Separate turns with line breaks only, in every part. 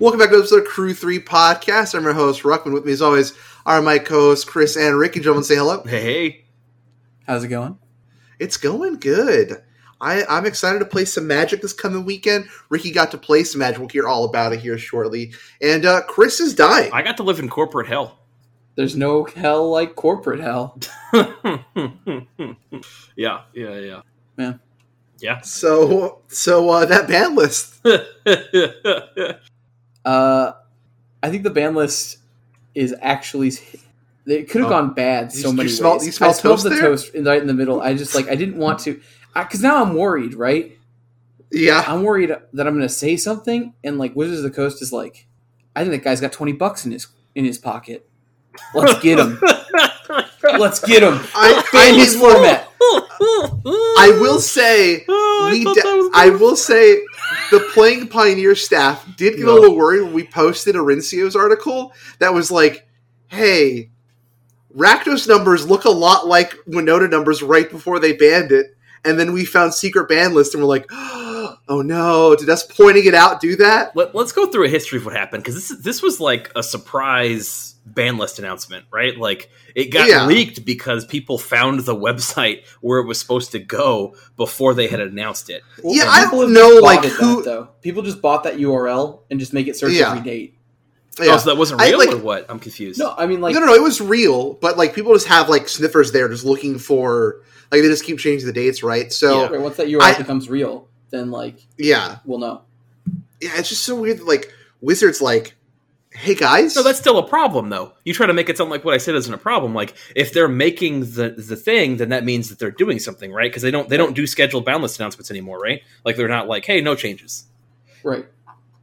Welcome back to episode of Crew 3 Podcast. I'm your host, Ruckman. With me, as always, are my co hosts, Chris and Ricky. Gentlemen, say hello.
Hey, hey.
How's it going?
It's going good. I, I'm excited to play some Magic this coming weekend. Ricky got to play some Magic. We'll hear all about it here shortly. And uh, Chris is dying.
I got to live in corporate hell.
There's no hell like corporate hell.
yeah, yeah, yeah.
Yeah.
Yeah.
So, so uh, that band list.
Uh, I think the ban list is actually it could have
Oh.
gone bad so
You-
many
you smell-
ways.
you smell
I smelled
toast
the
there?
toast right in the middle. I just like I didn't want to because now I'm worried, right?
yeah.
I'm worried that I'm going to say something, and like Wizards of the Coast is like, I think that guy's got twenty bucks in his in his pocket. Let's get him. Let's get him.
I, I,
Ban his
mean, look,
format.
I
I
will say,
Oh, I
we
thought
de-
that was
I
good.
will say the Playing Pioneer staff did get a
No.
little worried when we posted Arencio's article that was like, hey, Rakdos numbers look a lot like Winota numbers right before they banned it. And then we found secret ban list and we're like, oh no, did us pointing it out do that?
Let, us go through a history of what happened because this is, this was like a surprise ban list announcement, right? Like it got
Yeah.
leaked because people found the website where it was supposed to go before they had announced it.
Well,
Yeah, I
people
don't
have just
know,
bought
like,
it,
who-
though. People just bought that URL and just make it search
Yeah.
every date.
Oh,
Yeah.
so that wasn't
I,
real
like-
or what? I'm confused.
No, I mean like
no, no, no, it was real, but like people just have like sniffers there just looking for, like they just keep changing the dates, right? So,
Right, once that URL
I-
becomes real, then like
yeah.
we'll know.
yeah, it's just so weird. That, like Wizards, like, hey guys,
No, that's still a problem, though. You try to make it sound like what I said isn't a problem. Like if they're making the the thing, then that means that they're doing something, right? Because they don't they don't do scheduled boundless announcements anymore, right? Like they're not like, hey, no changes.
Right.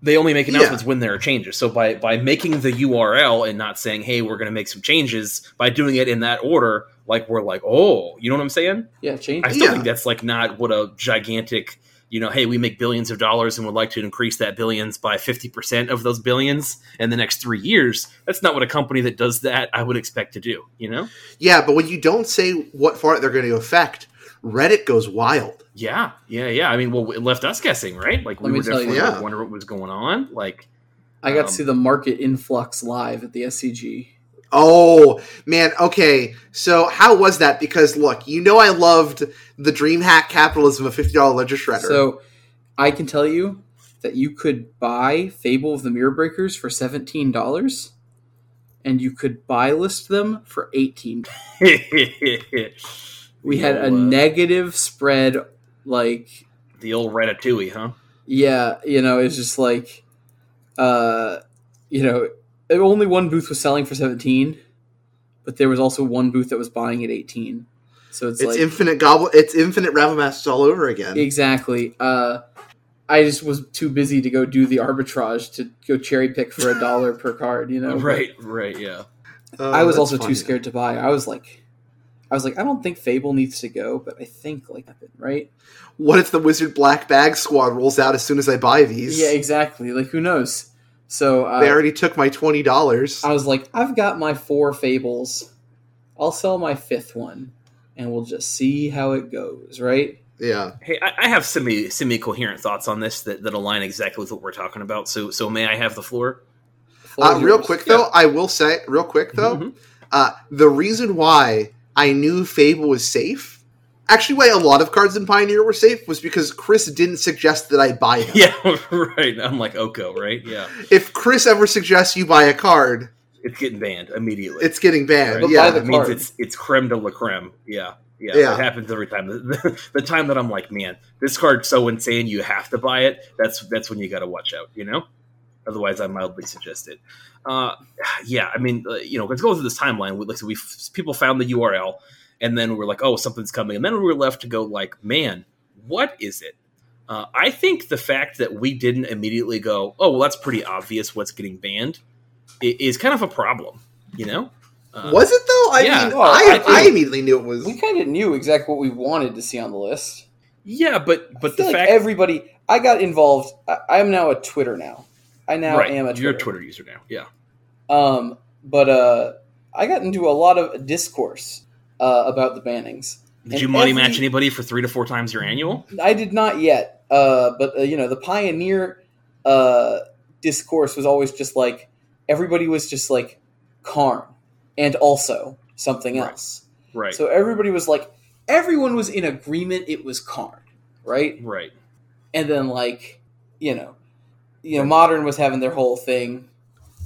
They only make
Yeah.
announcements when there are changes. So by by making the URL and not saying, hey, we're going to make some changes by doing it in that order, like we're like, oh, you know what I'm saying?
Yeah, change.
I still
Yeah.
think that's like not what a gigantic, you know, hey, we make billions of dollars and would like to increase that billions by 50% of those billions in the next three years. That's not what a company that does that I would expect to do, you know?
yeah. But when you don't say what fart they're going to affect, Reddit goes wild.
Yeah, yeah, yeah. I mean, well, it left us guessing, right? Like, we
Let me
were
tell you.
definitely
Yeah.
like, wondering what was going on. Like,
I got
Um,
to see the market influx live at the SCG.
Oh man, okay. So how was that? Because look, you know I loved the DreamHack capitalism of fifty dollar ledger shredder.
So I can tell you that you could buy Fable of the Mirror Breakers for seventeen dollars, and you could buy list them for eighteen. We had a
The old, uh,
negative spread, like
the old ratatouille, huh?
yeah, you know, it's just like, uh, you know, only one booth was selling for seventeen, but there was also one booth that was buying at eighteen. So it's,
it's
like
infinite gobble. It's infinite ravel masters all over again.
exactly. Uh, I just was too busy to go do the arbitrage to go cherry pick for a dollar per card. You know,
Right, right, yeah.
Oh,
I was
that's
also
funny.
too scared to buy. I was like, I was like, I don't think Fable needs to go, but I think like right.
What if the wizard black bag squad rolls out as soon as I buy these?
Yeah, exactly. Like who knows? So uh,
They already took my twenty dollars.
I was like, I've got my four fables. I'll sell my fifth one, and we'll just see how it goes, right?
Yeah.
Hey, I, I have semi semi coherent thoughts on this that, that align exactly with what we're talking about. So, so may I have the floor?
Full
Uh,
of
real
yours.
quick though, I will say real quick
Mm-hmm.
though, uh, the reason why I knew Fable was safe, actually, why a lot of cards in Pioneer were safe was because Chris didn't suggest that I buy them.
Yeah, right. I'm like Oko, right? Yeah,
If Chris ever suggests you buy a card,
it's getting banned immediately.
it's getting banned.
Right.
Yeah,
But buy
that means
card.
it's it's creme de la creme. Yeah, yeah.
Yeah.
It happens every time. The, the, time that I'm like, man, this card's so insane, you have to buy it. That's that's when you got to watch out. You know. Otherwise, I mildly suggest it. Uh, yeah, I mean, uh, you know, let's go through this timeline. We- Like, so we people found the URL, and then we were like, oh, something's coming, and then we were left to go like, man, what is it? Uh, I think the fact that we didn't immediately go, oh, well, that's pretty obvious what's getting banned, i- is kind of a problem, you know? Uh,
was it though? I
yeah.
mean,
Oh, I
I,
think-
I, immediately knew it was.
we kind of knew exactly what we wanted to see on the list.
Yeah, but
I
but the
feel like
fact
everybody, I got involved. I, I'm now a Twitter now. I now
right,
am a
you're a Twitter user now. Yeah,
Um, but uh, I got into a lot of discourse uh, about the bannings.
did
And
you money
every-
match anybody for three to four times your annual?
I did not yet, uh, but uh, you know the Pioneer uh, discourse was always just like everybody was just like Karn and also something
Right.
else.
Right.
So everybody was like everyone was in agreement it was Karn, right?
right.
and then like you know you know modern was having their whole thing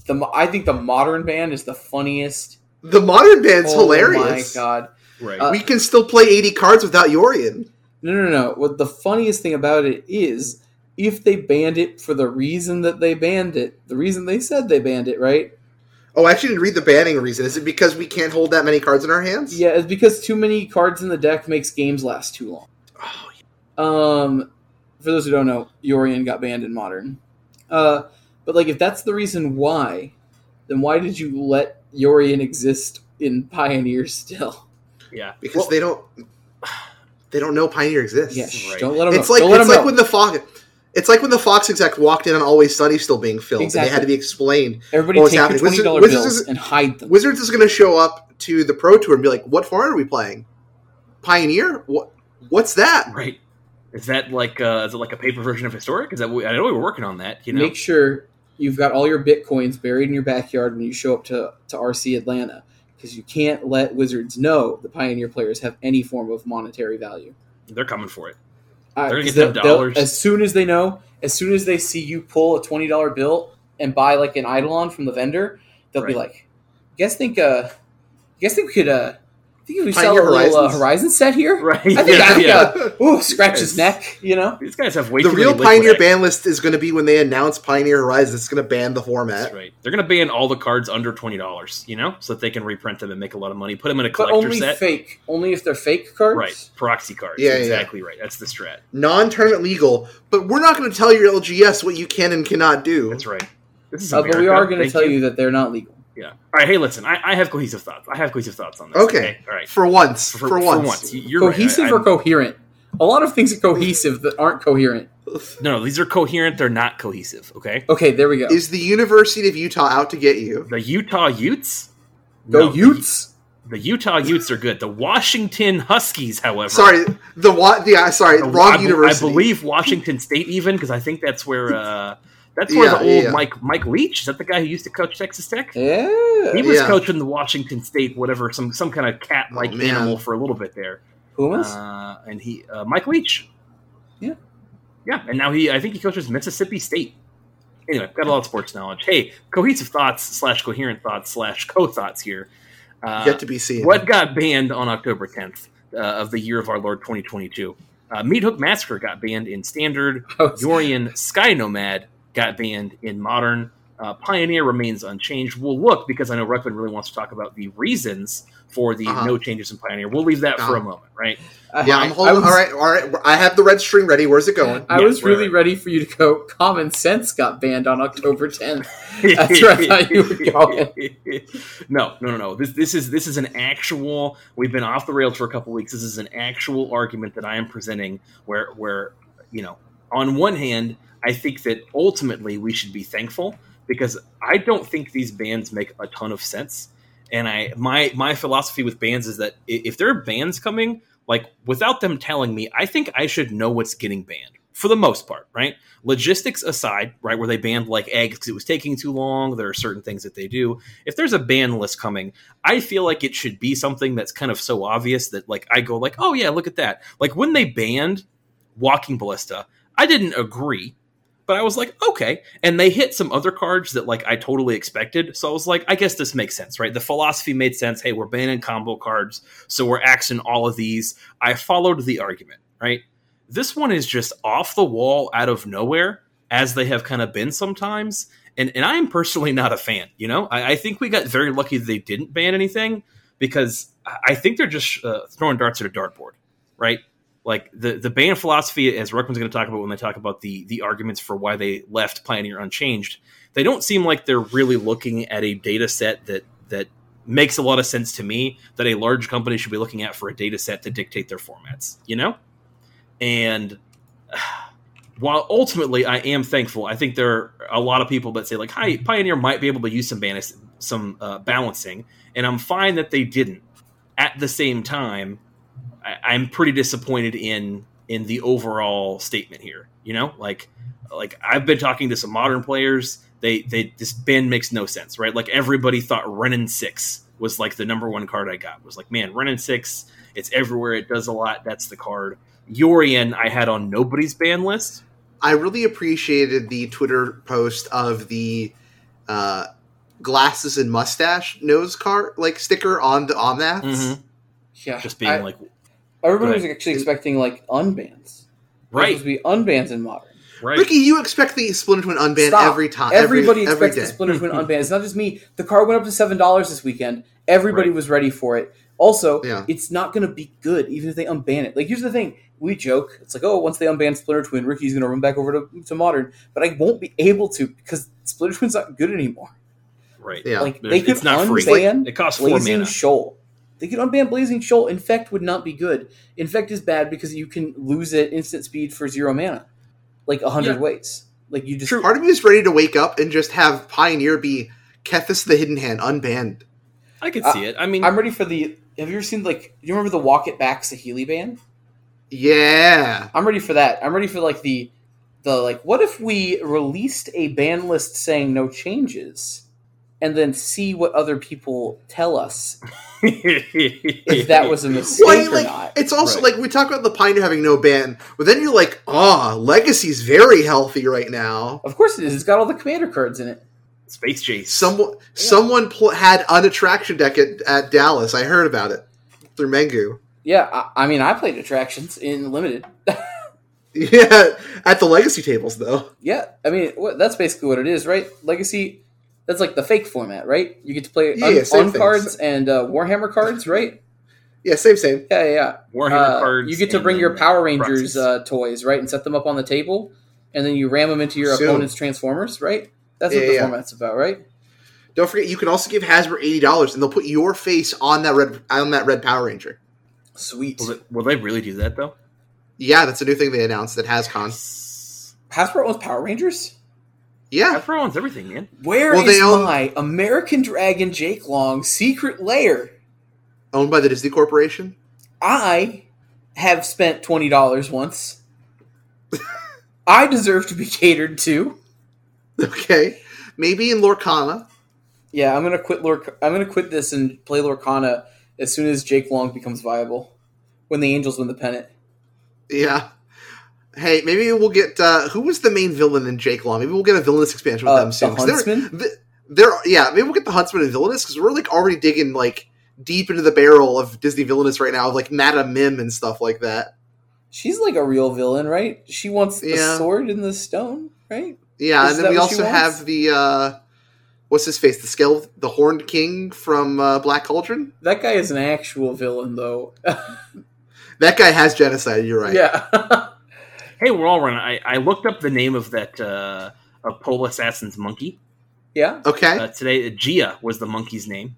the mo- i think the modern band is the funniest
The modern band's
Oh
hilarious.
my god
Right.
Uh,
We can still play 80 cards without Yorian.
no no no what the funniest thing about it is if they banned it for the reason that they banned it the reason they said they banned it right
Oh, I actually didn't read the banning reason. Is it because we can't hold that many cards in our hands?
yeah it's because too many cards in the deck makes games last too long
Oh,
Um, for those who don't know, Yorian got banned in modern. Uh, but like, if that's the reason why, then why did you let Yorian exist in Pioneer still?
yeah.
because they don't they don't know Pioneer exists.
Yeah, shh,
Right.
don't let him.
It's
know.
like
don't let
it's
him
like
know.
when the Fox it's like when the Fox exec walked in on Always Sunny still being filmed and
Exactly.
they had to be explained.
everybody
what was
take your
happening-
twenty
Wizards-
dollar
Wizards
bills
is-
and hide them.
Wizards is going to show up to the Pro Tour and be like, "What format are we playing? Pioneer? What? What's that?
Right. Is that like uh, is it like a paper version of historic? Is that what, I know we were working on that. You know.
Make sure you've got all your bitcoins buried in your backyard when you show up to to RC Atlanta, because you can't let Wizards know the Pioneer players have any form of monetary value.
They're coming for it. They're
Uh,
gonna
'cause
get them
they'll- they'll-
dollars.
As soon as they know, as soon as they see you pull a twenty dollar bill and buy like an Eidolon from the vendor, they'll be
Right.
like, "You guys think? Uh, you guys think we could? Uh, think if we sell a
Pioneer
little uh,
Horizons?
Horizon set here?
Right.
I think
yeah,
I
yeah.
got ooh, scratch his
Yes.
neck, you know."
These guys have way
the
too
real
many liquid
Pioneer
act-
ban list is going to be when they announce Pioneer Horizon. It's going to ban the
That's
format.
right. They're going to ban all the cards under twenty dollars. You know, so that they can reprint them and make a lot of money. Put them in a
But
collector
only
set.
fake, only if they're fake cards.
Right. Proxy cards.
Yeah, yeah, yeah.
exactly right. That's the strat.
Non-tournament legal, but we're not going to tell your LGS what you can and cannot do.
That's right. This is
Uh, but we
America.
are going to
Thank
tell you. that they're not legal.
Yeah. All right. Hey, listen. I, I have cohesive thoughts. I have cohesive thoughts on this.
Okay.
All right.
For once, for,
For,
once.
You- You're
cohesive
right. I-
or coherent? A lot of things are cohesive that aren't coherent.
I'm- no, no. These are coherent. They're not cohesive. Okay.
Okay, there we go.
Is the University of Utah out to get you?
The Utah Utes.
go
No, the-
Utes.
The Utah Utes are good. The Washington Huskies, however,
Sorry, the what? Yeah, sorry,
the-
wrong
I, be-
university.
I believe Washington State, even because I think that's where uh, that's where
Yeah,
the
yeah,
old
yeah.
Mike Mike Leach is that the guy who used to coach Texas Tech.
Yeah.
He was
Yeah.
coaching the Washington State, whatever, some some kind of cat like
Oh, man.
animal for a little bit there.
Pumas.
Uh, and he uh, Mike Leach.
Yeah.
Yeah, and now he I think he coaches Mississippi State. Anyway, got a lot of sports knowledge. Hey, cohesive thoughts slash coherent thoughts slash co thoughts here. Uh,
Yet to be seen.
what got banned on October 10th uh, of the year of our Lord 2022? Uh, Meat Hook Massacre got banned in Standard.
I was-
Yorian Sky Nomad got banned in Modern. Uh, Pioneer remains unchanged. We'll look because I know Ruckman really wants to talk about the reasons for the
Uh-huh.
no changes in Pioneer. We'll leave that for
Uh-huh.
a moment, right?
Yeah, I'm holding.
was,
all right, all right. I have the red string ready. Where's it going?
I
Yeah,
was
right,
really
right.
ready for you to go. Common sense got banned on October 10th. That's where I thought you were going.
No, no, no, no. This this is this is an actual. We've been off the rails for a couple weeks. This is an actual argument that I am presenting, where where you know, on one hand, I think that ultimately we should be thankful because I don't think these bands make a ton of sense. And I my my philosophy with bands is that i- if there are bands coming, like without them telling me, I think I should know what's getting banned for the most part, right? Logistics aside, right, where they banned like eggs because it was taking too long. There are certain things that they do. If there's a ban list coming, I feel like it should be something that's kind of so obvious that like I go like, oh yeah, look at that. Like when they banned Walking Ballista, I didn't agree. But I was like, okay. And they hit some other cards that like I totally expected. So I was like, I guess this makes sense, right? The philosophy made sense. Hey, we're banning combo cards, so we're axing all of these. I followed the argument, right? This one is just off the wall out of nowhere, as they have kind of been sometimes. And and I am personally not a fan, you know? I, I think we got very lucky that they didn't ban anything because I I think they're just uh, throwing darts at a dartboard, right? like the the ban philosophy, as Ruckman's going to talk about when they talk about the the arguments for why they left Pioneer unchanged, they don't seem like they're really looking at a data set that that makes a lot of sense to me that a large company should be looking at for a data set to dictate their formats, you know. And while ultimately I am thankful, I think there are a lot of people that say like, "Hi, Pioneer might be able to use some banis- some uh, balancing," and I'm fine that they didn't. At the same time, I, I'm pretty disappointed in in the overall statement here. You know, like like I've been talking to some modern players. They they this band makes no sense, right? Like everybody thought Renin Six was like the number one card I got. Was like, man, Renin Six, it's everywhere. It does a lot. That's the card. Yorian, I had on nobody's ban list.
I really appreciated the Twitter post of the uh, glasses and mustache nose car like sticker on the on that.
Mhm.
Yeah,
Just being
I,
like,
everybody
go
was actually expecting like unbans.
right,
supposed to be unbans in modern.
right.
Ricky, you expect the Splinter Twin unban
Stop.
every time. Uh, every-
Everybody
every
expects
day.
the Splinter Twin unbanned. It's not just me. The card went up to seven dollars this weekend. Everybody
Right.
was ready for it. Also,
Yeah.
it's not going to be good even if they unban it. Like here's the thing: we joke. It's like, oh, once they unban Splinter Twin, Ricky's going to run back over to, to modern. But I won't be able to because Splinter Twin's not good anymore.
Right.
Yeah.
Like
There's-
they could
it's not free.
unban
It costs four
Blazing
mana.
Shoal. They could unban Blazing Shoal. Infect would not be good. Infect is bad because you can lose it instant speed for zero mana, like a hundred
Yeah.
ways. Like you just
True.
Part of me is ready to wake up and just have Pioneer be Kethis the Hidden Hand unbanned.
I could
I-
see it. I mean,
I'm ready for the. Have you ever seen like? Do you remember the Walk It Back Sahili band?
Yeah.
I'm ready for that. I'm ready for like the, the like. What if we released a ban list saying no changes, and then see what other people tell us if that was a mistake
Well, you,
or
like,
not?
it's also
Right.
like we talk about the Pioneer having no ban, but then you're like, ah, Legacy's very healthy right now.
Of course it is. It's got all the commander cards in it.
Space Chase.
Someone someone pl- had an attraction deck at, at Dallas. I heard about it through Mengu.
Yeah, I, I mean, I played attractions in limited.
Yeah, at the Legacy tables though.
yeah, I mean, what, that's basically what it is, right? Legacy. That's like the fake format, right? You get to play
Yeah,
un-
yeah, same
un-
thing.
cards and uh, Warhammer cards, right?
Yeah, same same.
Yeah, yeah, yeah.
Warhammer
Uh,
cards.
You get to
and
bring
then
your Power
proxies.
Rangers uh, toys, right, and set them up on the table, and then you ram them into your
Soon.
opponent's Transformers, right? That's what
Yeah,
the
yeah.
format's about, right?
Don't forget, you can also give Hasbro eighty dollars, and they'll put your face on that red on that red Power Ranger.
Sweet.
Will, it- will they really do that though?
Yeah, that's a new thing they announced that HasCon.
Hasbro
Hasbro owns Power Rangers.
Yeah,
owns everything, man.
Where is
Well, they own-
my American Dragon Jake Long secret lair?
owned by the Disney Corporation.
I have spent twenty dollars once. I deserve to be catered to.
Okay, maybe in Lorcana.
Yeah, I'm gonna quit. Lorc- I'm gonna quit this and play Lorcana as soon as Jake Long becomes viable. When the Angels win the pennant.
Yeah. Hey, maybe we'll get uh, who was the main villain in Jake Long. Maybe we'll get a villainous expansion with
Uh,
them soon.
the
'cause they're-
Huntsman?
th- They're, yeah, maybe we'll get the Huntsman and villainous because we're like already digging like deep into the barrel of Disney villainous right now, of like Madame Mim and stuff like that.
She's like a real villain, right? She wants the
Yeah.
sword and the stone, right?
Yeah,
Is
and
that
then we
what she
also
wants?
have the uh, what's his face, the scale, the Horned King from uh, Black Cauldron.
That guy is an actual villain, though.
That guy has genocide. You're right.
yeah.
Hey, we're all running. I, I looked up the name of that uh, of pole assassin's monkey
yeah.
Okay.
uh, today. Gia was the monkey's name,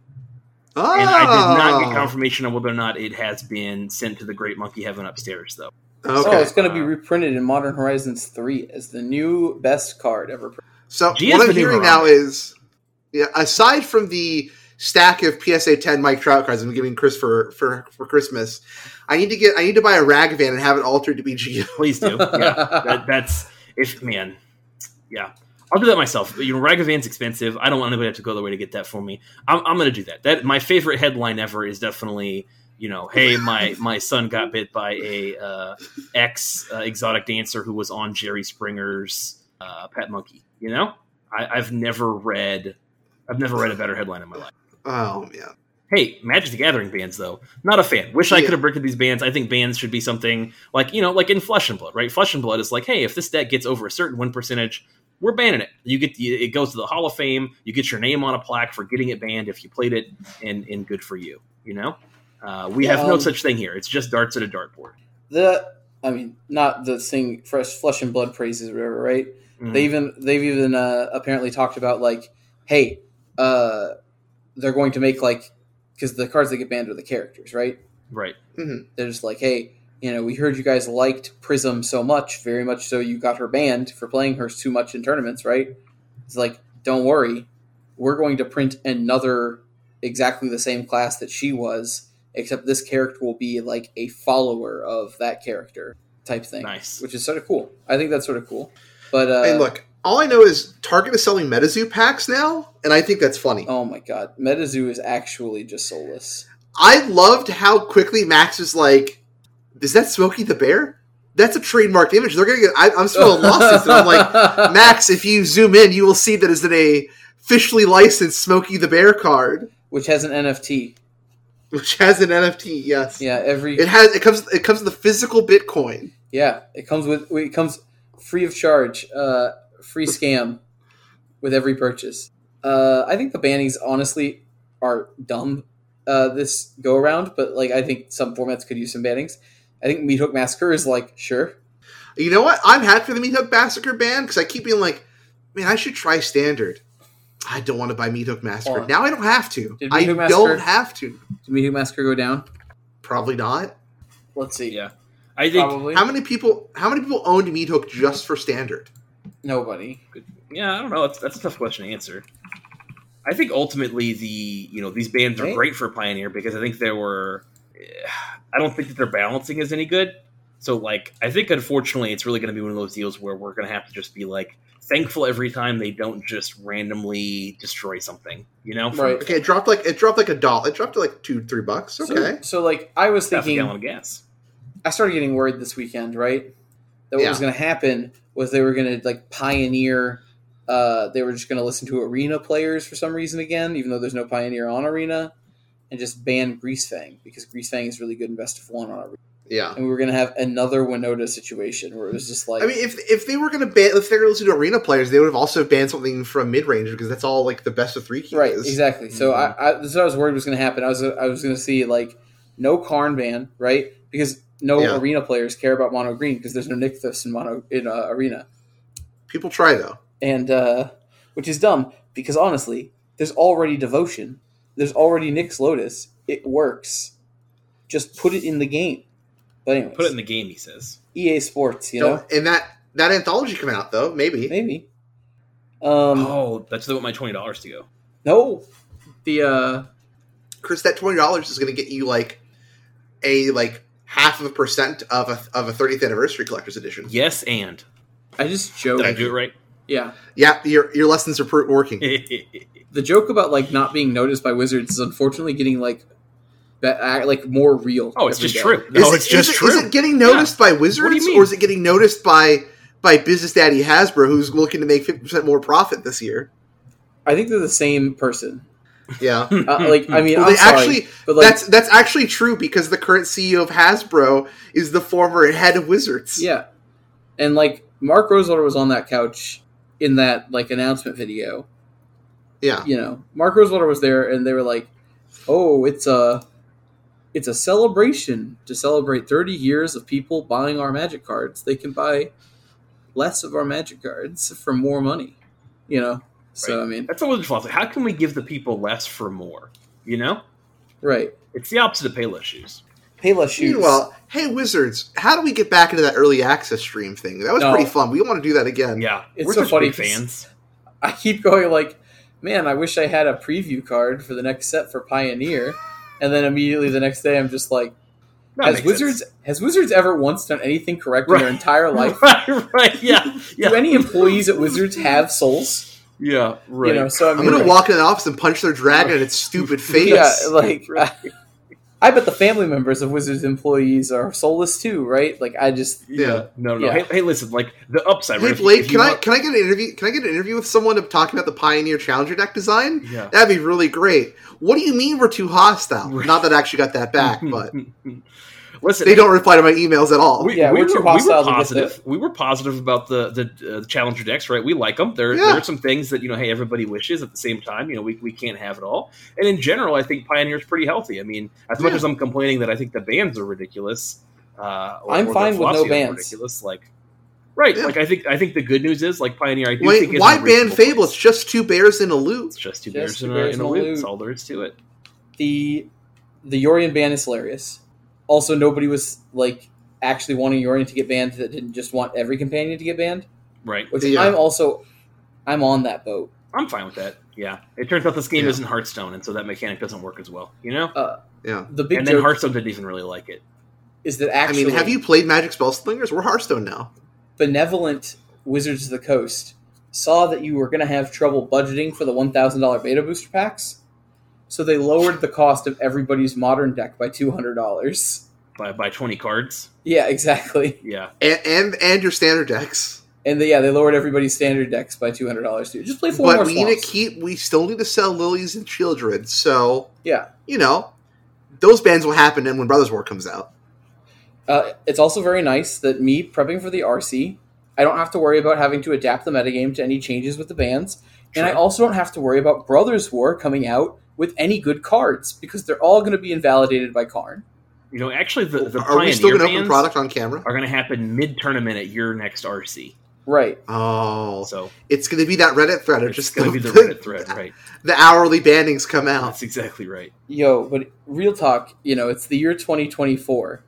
oh.
and I did not get confirmation on whether or not it has been sent to the Great Monkey Heaven upstairs, though.
Oh,
Okay.
it's going to be reprinted in Modern Horizons 3 as the new best card ever. printed.
So
Gia's
what
the
I'm
new
hearing
Harambe.
now is, yeah, aside from the stack of PSA 10 Mike Trout cards I'm giving Chris for for for Christmas, I need to get I need to buy a rag van and have it altered to be Geo.
Please do. Yeah, that, that's if man, yeah. I'll do that myself. You know, Ragavan's expensive. I don't want anybody to have to go the way to get that for me. I'm, I'm going to do that. That my favorite headline ever is definitely you know, hey, my my son got bit by a uh, ex uh, exotic dancer who was on Jerry Springer's uh, Pet Monkey. You know, I, I've never read. I've never read a better headline in my life.
Oh man,
Hey, Magic the Gathering bands though, not a fan. Wish I
Yeah.
could have bricked these bands. I think bands should be something like you know, like in Flesh and Blood, right? Flesh and Blood is like, hey, if this deck gets over a certain win percentage, we're banning it. You get it goes to the Hall of Fame. You get your name on a plaque for getting it banned if you played it, and and good for you. You know, uh, we have no
Um,
such thing here. It's just darts at a dartboard.
The I mean, not the thing fresh flesh and blood praises or whatever, right?
Mm-hmm.
Mhm.
They even they've even uh, apparently talked about like, hey, uh, they're going to make like because the cards that get banned are the characters, right?
right,
They're just like, hey, you know, we heard you guys liked Prism so much, very much so you got her banned for playing her too much in tournaments, right? It's like, don't worry, we're going to print another exactly the same class that she was, except this character will be like a follower of that character type thing.
Nice.
which is sort of cool. I think that's sort of cool. But uh,
and look, all I know is Target is selling MetaZoo packs now, and I think that's funny.
oh my god, MetaZoo is actually just soulless.
I loved how quickly Max was like, "Is that Smokey the Bear? That's a trademarked image. They're gonna get. I, I'm smelling losses." And I'm like, Max, if you zoom in, you will see that is an a officially licensed Smokey the Bear card,
which has an NFT.
which has an NFT. Yes,
Yeah, every
it has. It comes. It comes with a physical Bitcoin.
yeah, it comes with it comes free of charge, uh, free scam with every purchase. Uh, I think the bannings honestly are dumb uh, this go around, but like I think some formats could use some bannings. I think Meat Hook Massacre is like sure,
You know what? I'm happy for the Meat Hook Massacre ban because I keep being like, man, I should try standard. I don't want to buy Meat Hook Massacre.
Or-
now I don't have to.
Did Meat
I
Hook Massacre-
don't have to.
Did Meat Hook Massacre go down?
Probably not.
Let's see.
Yeah. I think
Probably
How many people? How many people owned Meat Hook just for standard?
nobody.
yeah, I don't know. That's, that's a tough question to answer. I think ultimately the you know these bands are
Right.
great for Pioneer because I think there were eh, I don't think that their balancing is any good. So like I think unfortunately it's really going to be one of those deals where we're going to have to just be like thankful every time they don't just randomly destroy something, you know? for
Right.
Okay, it dropped like it dropped like a dollar. It dropped to like two, three bucks.
So-
Okay,
So, like I was
half a
thinking,
gallon of gas.
I started getting worried this weekend, right? That what was
Yeah.
going to happen was they were going to like pioneer. Uh, they were just going to listen to arena players for some reason again, even though there's no pioneer on arena, and just ban Greasefang because Greasefang is really good in best of one on arena.
yeah.
And we were going to have another Winota situation where it was just like,
I mean, if if they were going to ban, if they were listening to arena players, they would have also banned something from mid range because that's all like the best of three keys.
right, exactly. So
Mhm.
I, I this is what I was worried was going to happen. I was I was going to see like no Karn ban, right? Because no
Yeah.
arena players care about mono green because there's no Nykthos in mono in uh, arena.
People try though.
and uh, which is dumb because honestly, there's already devotion. There's already Nyx Lotus. It works. Just put it in the game. But anyways,
Put it in the game, he says.
EA Sports, you know,
Don't- and that that anthology come out though. Maybe.
maybe. Um,
oh, that's what my twenty dollars to go.
no, the uh,
Chris, that twenty dollars is going to get you like a like half of a percent of a of a 30th anniversary collector's edition.
Yes, and
I just
did I
joked.
do it right?
Yeah,
Yeah, your your lessons are pr- working.
the joke about like not being noticed by wizards is unfortunately getting like, be- uh, like more real.
oh, it's
every
just
day.
true. No,
Is it-
it's just
is it-
true.
Is it getting noticed by wizards,
mean?
or is it getting noticed by by business daddy Hasbro, who's looking to make fifty percent more profit this year?
I think they're the same person.
Yeah.
Hmm.
Uh, like, I mean,
Well,
I'm
they
sorry,
actually
but like,
that's that's actually true because the current CEO of Hasbro is the former head of Wizards.
Yeah. And like Mark Rosewater was on that couch in that like announcement video.
Yeah.
You know, Mark Rosewater was there and they were like, "Oh, it's a it's a celebration to celebrate 30 years of people buying our magic cards. They can buy less of our magic cards for more money." You know. So
Right.
I mean,
That's always the philosophy. How can we give the people less for more? You know,
right.
it's the opposite of pay less shoes.
Pay less shoes.
Meanwhile, hey Wizards, how do we get back into that early access stream thing? That was
No.
pretty fun. We want to do that again.
Yeah,
It's
we're
so
such
funny
big
'cause-
fans.
I keep going like, man, I wish I had a preview card for the next set for Pioneer. And then immediately the next day, I'm just like,
That
has
makes
Wizards has Wizards ever once done anything correct in their
Right.
entire
sense.
life?
right, right, yeah,
Do
yeah,
any employees at Wizards have souls?
yeah, right.
You know, so I
I'm
mean,
gonna walk in the office and punch their dragon in its stupid face.
yeah, like I bet the family members of Wizards employees are soulless too, right? Like I just
yeah.
Yeah.
no, no.
Yeah.
Hey, hey, listen, like the upside. right,
Hey
if you-
Blake,
if you
can I
want-
can I get an interview? Can I get an interview with someone talking about the Pioneer Challenger deck design?
Yeah.
That'd be really great. What do you mean we're too hostile? Not that I actually got that back, but
listen,
they don't reply to my emails at all.
Oh, We,
Yeah,
we,
we're
were,
too
we were
hostile to get
positive. We were positive about the the, uh, the challenger decks, right? We like them. There,
Yeah.
there are some things that you know, hey, everybody wishes. At the same time, you know, we, we can't have it all. And in general, I think Pioneer's pretty healthy. I mean, as much
Yeah.
as I'm complaining that I think the bans are ridiculous, uh, or-
I'm
or the
fine with no
philosophy of
bans.
Ridiculous, like right?
Yeah.
Like I think I think the good news is like Pioneer. I do
Wait,
think is
why
in a reasonable
ban Fable?
place.
It's just two bears in a loot.
It's just two bears
Just two
and
bears
a, and a
and a
loot.
loot.
That's all there is to it.
the the Yorian ban is hilarious. Also, nobody was like actually wanting Yorian to get banned that didn't just want every companion to get banned.
Right.
Which
Yeah.
I'm also I'm on that boat.
I'm fine with that. Yeah. It turns out this game
Yeah.
isn't Hearthstone, and so that mechanic doesn't work as well. You know.
The big
and
joke
then Hearthstone didn't even really like it.
is that actually
I mean, have you played Magic Spellslingers? We're Hearthstone now.
benevolent Wizards of the Coast saw that you were going to have trouble budgeting for the one thousand dollar beta booster packs, so they lowered the cost of everybody's modern deck by two hundred dollars.
by by twenty cards.
Yeah, exactly.
Yeah,
And and, and your standard decks.
And they, yeah, they lowered everybody's standard decks by two hundred dollars too. Just play four
But
more
we need to
swamps.
keep we still need to sell lilies and children, so
Yeah,
you know, those bans will happen and when Brothers War comes out.
uh, it's also very nice that me prepping for the RC, I don't have to worry about having to adapt the metagame to any changes with the bands, and I
Sure.
also don't have to worry about Brothers War coming out with any good cards because they're all going to be invalidated by Karn.
you know, actually, the the
Are we still
Pioneer
gonna open
bans
product on camera?
are going to happen mid tournament at your next RC.
Right.
Oh,
So
it's gonna be that Reddit thread of
it's
just
just going to
the,
be the Reddit thread, right?
the hourly bannings come out.
That's exactly right.
Yo, but real talk, you know, it's the year 2024.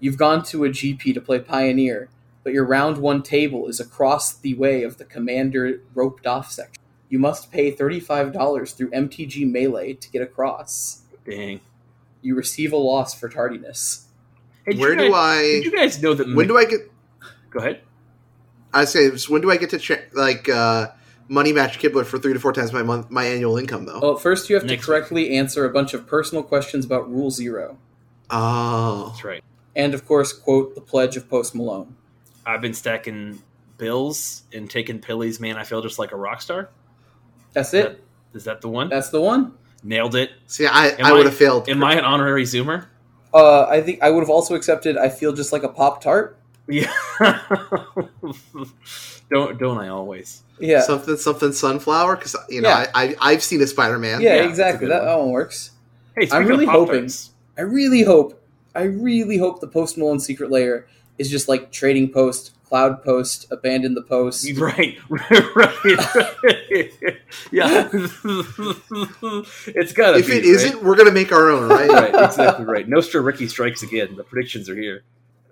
You've gone to a GP to play Pioneer, but your round one table is across the way of the commander roped off section. You must pay $35 through MTG Melee to get across.
Dang.
You receive a loss for tardiness.
Hey, did
Where
you guys,
do I?
Did you guys know that?
When do I get?
Go ahead.
I say, it's when do I get to check like uh, money match Kibler for three to four times my month my annual income though?
Well, first you have
Next
to correctly answer a bunch of personal questions about Rule Zero.
Oh,
That's right.
And of course, quote the pledge of Post Malone.
I've been stacking bills and taking pillies. Man, I feel just like a rock star.
That's it.
Is that the one?
That's the one.
Nailed it.
see, I
Am
I
I-
would have failed.
Am I an honorary Zoomer?
Uh, I think I would have also accepted. I feel just like a Pop Tart.
Yeah. don't don't I always?
Yeah.
Something something sunflower because you know
Yeah.
I, I I've seen a Spider Man.
yeah,
Yeah, that's a
exactly.
good
That,
one.
that one works.
Hey, speaking
really
of Pop-Tarts,
I really hope, I really hope the Post Malone secret layer is just like trading post, cloud post, abandon the post.
Right, right, right. yeah, it's gotta
If
be.
it
right?
not we're gonna make our own, right?
right, exactly right. Nostra Ricky strikes again. The predictions are here.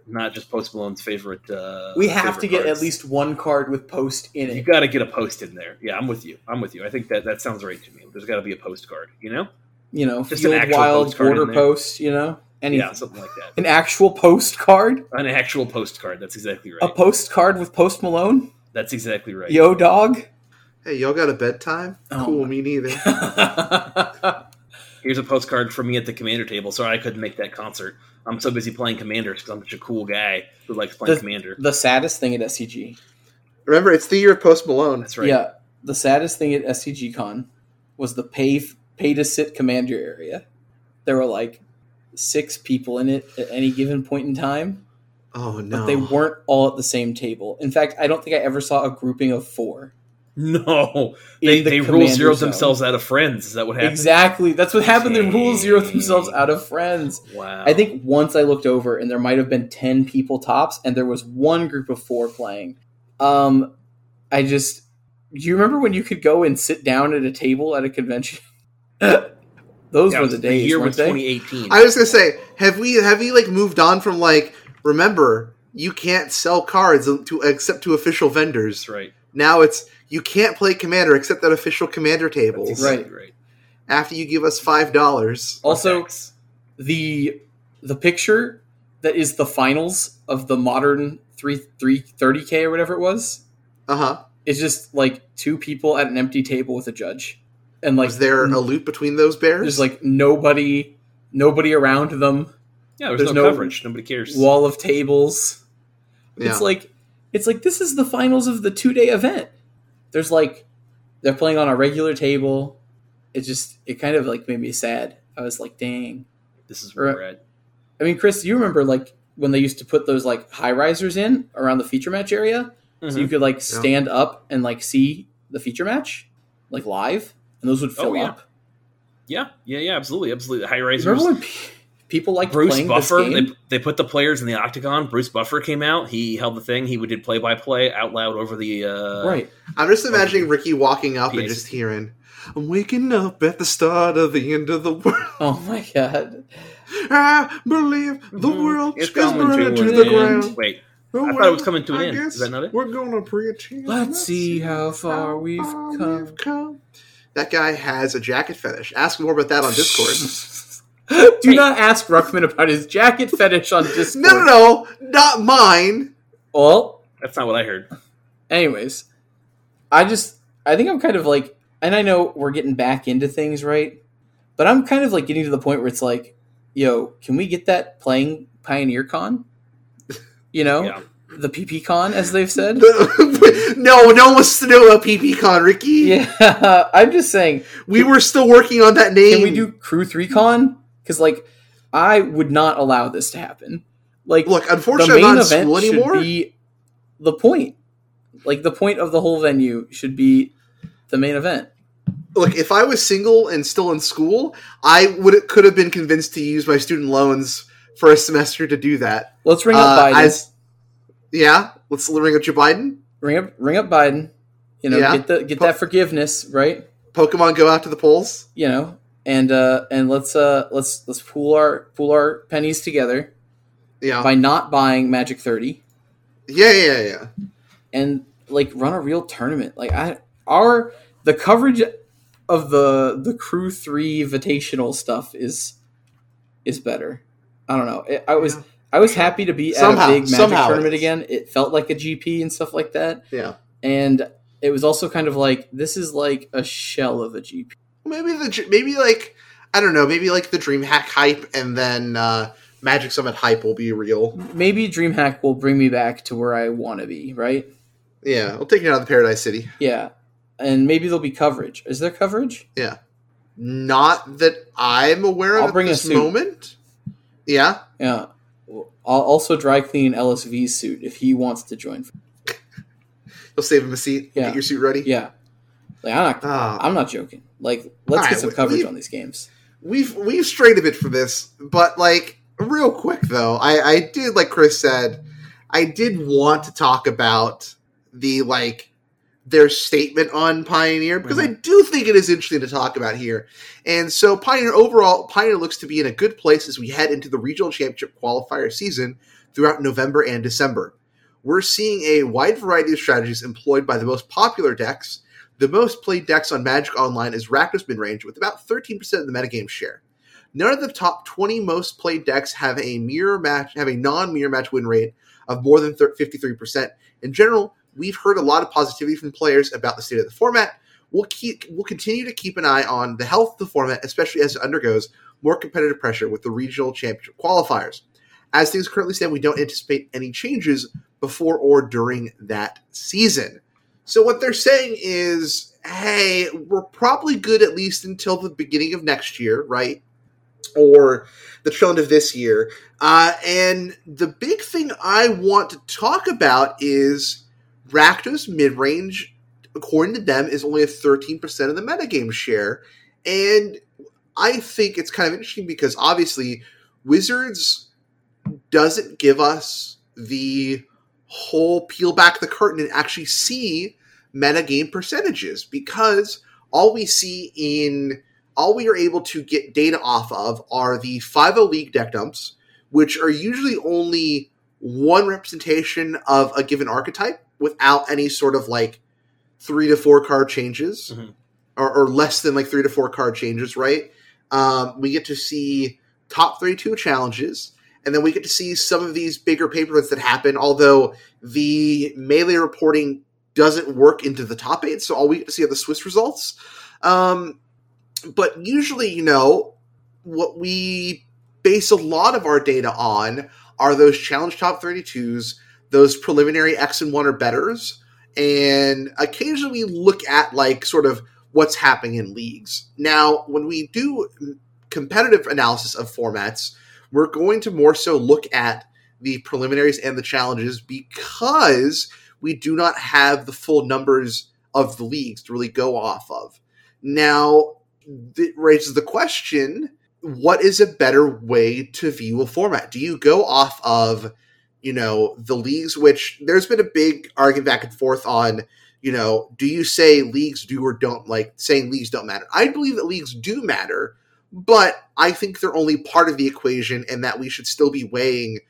Not just Post Malone's favorite. Uh,
we have
favorite
to get
cards.
at least one card with post in
You
it.
got to get a post in there. Yeah, I'm with you. I'm with you. I think that that sounds right to me. There's got to be a postcard. You know?
You know,
Just an
field
actual
wild
postcard in
border
there.
post. You know, anything.
Yeah, something like that.
An actual postcard,
An actual postcard. That's exactly
a
right.
postcard with Post Malone.
That's exactly right.
Yo, dog.
Hey, y'all got a bedtime?
Oh
cool,
my-
me neither.
Here's a postcard from me at the commander table. Sorry, I couldn't make that concert. I'm so busy playing commanders because I'm such a cool guy who likes playing
The-
commander.
the saddest thing at SCG
Remember, it's the year of Post Malone.
That's right.
Yeah, the saddest thing at SCG Con was the pay pay to sit commander area. There were like six people in it at any given point in time,
Oh no,
but they weren't all at the same table. In fact, I don't think I ever saw a grouping of four.
No,
in
they,
the
they rule
commander
zeroed
zone.
themselves out of friends. Is that what happened?
Exactly. That's what happened. They rule zero
Dang.
themselves out of friends.
Wow.
I think once I looked over and there might have been 10 people tops and there was one group of 4 playing. Um I just do you remember when you could go and sit down at a table at a convention? Those
Yeah,
were the
the
days,
year
weren't
was
they?
2018.
I was gonna say, have we have we like moved on from like remember you can't sell cards to except to official vendors.
That's right.
Now it's you can't play commander except at official commander
That's
tables
exactly right.
after you give us five dollars.
Also
Contacts.
the the picture that is the finals of the modern 3 330k or whatever it was
Uh huh.
is just like two people at an empty table with a judge. And like
Was there a loop between those bears?
there's like nobody nobody around them.
yeah, there's,
there's
no,
no
coverage. Nobody cares.
wall of tables.
yeah.
It's like it's like this is the finals of the two day event. There's like they're playing on a regular table. It just it kind of like made me sad. I was like, dang.
this is where
Right.
we're at.
I mean, Chris, you remember like when they used to put those like high risers in around the feature match area, so you
Mhm.
could like stand up and like see the feature match like live, and those would fill
Oh, yeah.
up.
Yeah, yeah, yeah. Absolutely, absolutely. High
Remember
risers.
when pe- people like
Bruce
playing
Buffer.
This game?
They, they put the players in the octagon. Bruce Buffer came out. He held the thing. He did play by play out loud over the uh,
right.
I'm just imagining Ricky walking up and
PAs.
just hearing, "I'm waking up at the start of the end of the world.
Oh my god.
I believe the
Mhm.
world
It's
is burning
coming
to
to
the
an
ground."
end. Wait,
Oh,
I thought it
well,
was coming to an
I
end. Is
guess
that not it?
We're gonna preach. here.
Let's see how far we've come.
That guy has a jacket fetish. Ask more about that on Discord.
Do
Hey.
not ask Ruckman about his jacket fetish on Discord.
No, no, no, not mine.
Well,
That's not what I heard.
anyways, I just I think I'm kind of like, and I know we're getting back into things, right? But I'm kind of like getting to the point where it's like, yo, can we get that playing Pioneer Con? You know,
Yeah.
the PP Con, as they've said.
no, no one wants to know about PPCon, Ricky.
yeah, I'm just saying.
We were still working on that name.
Can we do Crew Three Con? Because like, I would not allow this to happen. Like,
Look,
the
unfortunately, I'm
main
not in school
event should
anymore.
be the point. Like the point of the whole venue should be the main event.
Look, if I was single and still in school, I would could have been convinced to use my student loans for a semester to do that.
Let's ring up
Uh,
Biden.
as- yeah, let's ring up Joe Biden.
ring up, ring up Biden. You know,
Yeah.
get the get that forgiveness right.
Pokemon go out to the polls.
You know, and uh, and let's uh, let's let's pool our pool our pennies together
Yeah,
by not buying Magic Thirty.
yeah, yeah, yeah.
and like run a real tournament. Like I our the coverage of the the crew three vocational stuff is is better. I don't know. I I was
Yeah.
I was happy to be at
Somehow-
a big magic
somehow it
tournament
is.
again. It felt like a GP and stuff like that,
yeah.
and it was also kind of like this is like a shell of a GP.
Maybe the dr- maybe like I don't know. Maybe like the DreamHack hype, and then uh, Magic Summit hype will be real.
Maybe DreamHack will bring me back to where I want to be. Right?
Yeah, we'll take it out of the Paradise City.
Yeah, and maybe there'll be coverage. Is there coverage?
Not that I'm aware of
I'll
at
bring a
this
suit.
moment. Yeah,
Yeah. Well, I'll also dry clean LSV's suit if he wants to join.
you'll save him a seat.
Yeah.
Get your suit ready.
Yeah. Like I'm not,
Ah,
I'm not joking. Like let's
Alright,
get some
we-
coverage
we-
on these games.
we've we've strayed a bit from this, but like real quick though, I I did like Chris said, I did want to talk about the like their statement on Pioneer because I do think it is interesting to talk about here. And so Pioneer overall, Pioneer looks to be in a good place as we head into the regional championship qualifier season throughout November and December. We're seeing a wide variety of strategies employed by the most popular decks the most played decks on Magic Online is Rakdos Midrange with about 13% of the metagame share. None of the top 20 most played decks have a mirror match have a non-mirror match win rate of more than thir- 53%. In general, we've heard a lot of positivity from players about the state of the format. We'll keep we'll continue to keep an eye on the health of the format, especially as it undergoes more competitive pressure with the regional championship qualifiers. As things currently stand, we don't anticipate any changes before or during that season. So what they're saying is, hey, we're probably good at least until the beginning of next year, right? Or the tail end of this year. Uh, and the big thing I want to talk about is Rakdos midrange, according to them, is only a 13% of the metagame share. And I think it's kind of interesting because obviously Wizards doesn't give us the whole peel back the curtain and actually see metagame percentages because all we see in all we are able to get data off of are the 5.0 league deck dumps, which are usually only one representation of a given archetype without any sort of like three to four card changes
Mhm.
or, or less than like three to four card changes, right? Um, we get to see top 32 challenges, and then we get to see some of these bigger paper events that happen, although the melee reporting doesn't work into the top eight, so all we get to see are the Swiss results. Um, but usually, you know, what we base a lot of our data on are those challenge top 32s, those preliminary X and 1 or betters, and occasionally we look at like sort of what's happening in leagues. Now, when we do competitive analysis of formats, we're going to more so look at the preliminaries and the challenges because we do not have the full numbers of the leagues to really go off of. Now, it raises the question what is a better way to view a format? Do you go off of, you know, the leagues, which there's been a big argument back and forth on, you know, do you say leagues do or don't, like saying leagues don't matter? I believe that leagues do matter, but I think they're only part of the equation and that we should still be weighing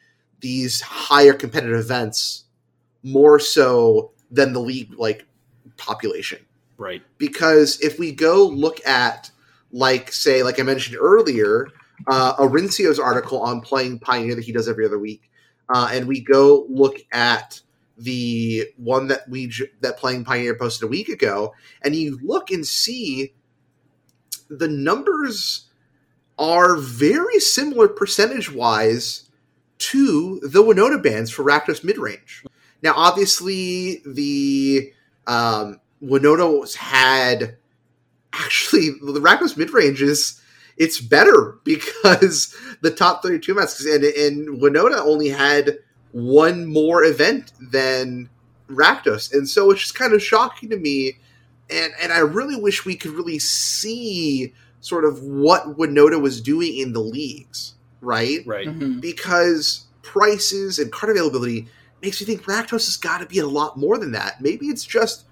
these higher competitive events more so than the league like population
Right.
because if we go look at like say like i mentioned earlier uh, Arincio's article on playing Pioneer that he does every other week, uh, and we go look at the one that we j- that playing Pioneer posted a week ago, and you look and see the numbers are very similar percentage wise to the Winona bands for Rakdos midrange. Now, obviously, the um, Winona had actually the Rakdos midrange is it's better because the top 32 matches and, and Winona only had one more event than Rakdos. And so it's just kind of shocking to me. And, and I really wish we could really see sort of what Winota was doing in the leagues, right?
Right.
Mm-hmm.
Because prices and card availability makes me think Rakdos has got to be a lot more than that. Maybe it's just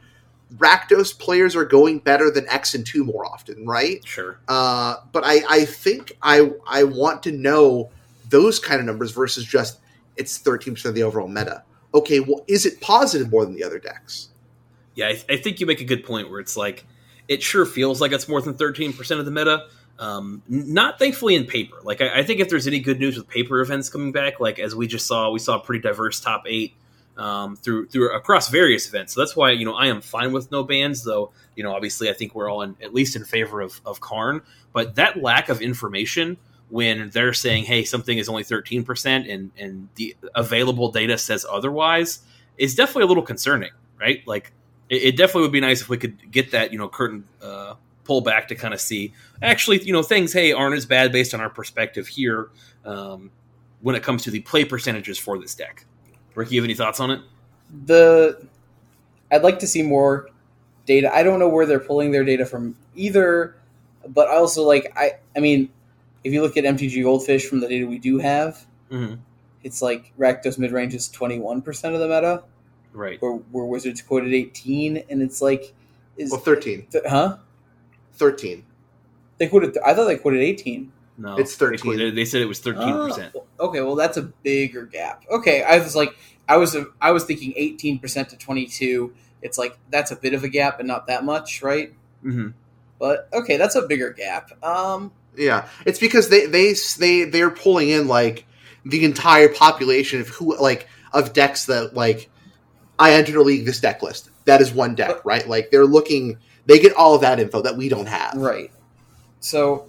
Rakdos players are going better than X and 2 more often, right?
Sure.
Uh, but I, I think I I want to know those kind of numbers versus just it's thirteen percent of the overall meta. Okay, well, is it positive more than the other decks?
Yeah, I, I think you make a good point where it's like it sure feels like it's more than thirteen percent of the meta. Um, n- not thankfully in paper. Like I, I think if there's any good news with paper events coming back, like as we just saw, we saw a pretty diverse top eight um, through through across various events. So that's why you know I am fine with no bans, though. You know, obviously, I think we're all in, at least in favor of of Karn. But that lack of information when they're saying, "Hey, something is only thirteen percent," and and the available data says otherwise, is definitely a little concerning, right? Like it, it definitely would be nice if we could get that you know curtain uh, pull back to kind of see actually you know things hey aren't as bad based on our perspective here um, when it comes to the play percentages for this deck. Ricky, you have any thoughts on it?
the I'd like to see more data. I don't know where they're pulling their data from either, but I also like I I mean, if you look at MTG Goldfish from the data we do have,
Mm-hmm.
it's like Rakdos midrange is twenty one percent of the meta,
Right.
where, where Wizards quoted eighteen, and it's like is
Well, 13.
th- huh?
13.
They quoted. I thought they quoted eighteen.
No,
It's 13.
They, they said it was thirteen percent.
Oh, okay, well that's a bigger gap. Okay, I was like, I was I was thinking eighteen percent to twenty two. It's like that's a bit of a gap, but not that much, right?
Mm-hmm.
hmm
But okay, that's a bigger gap. Um,
Yeah, it's because they they they they're pulling in like the entire population of who like of decks that like I entered a league this deck list. That is one deck, right? Like they're looking they get all of that info that we don't have.
right. So,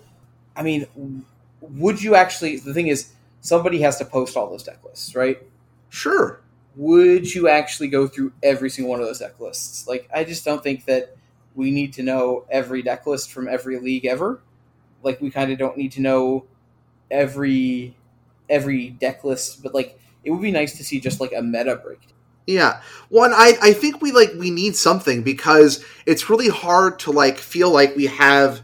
I mean, w- would you actually? The thing is, somebody has to post all those deck lists, right?
Sure.
Would you actually go through every single one of those deck lists? Like, I just don't think that we need to know every deck list from every league ever. Like, we kind of don't need to know every every deck list, but like, it would be nice to see just like a meta breakdown.
Yeah. One, I, I think we like we need something because it's really hard to like feel like we have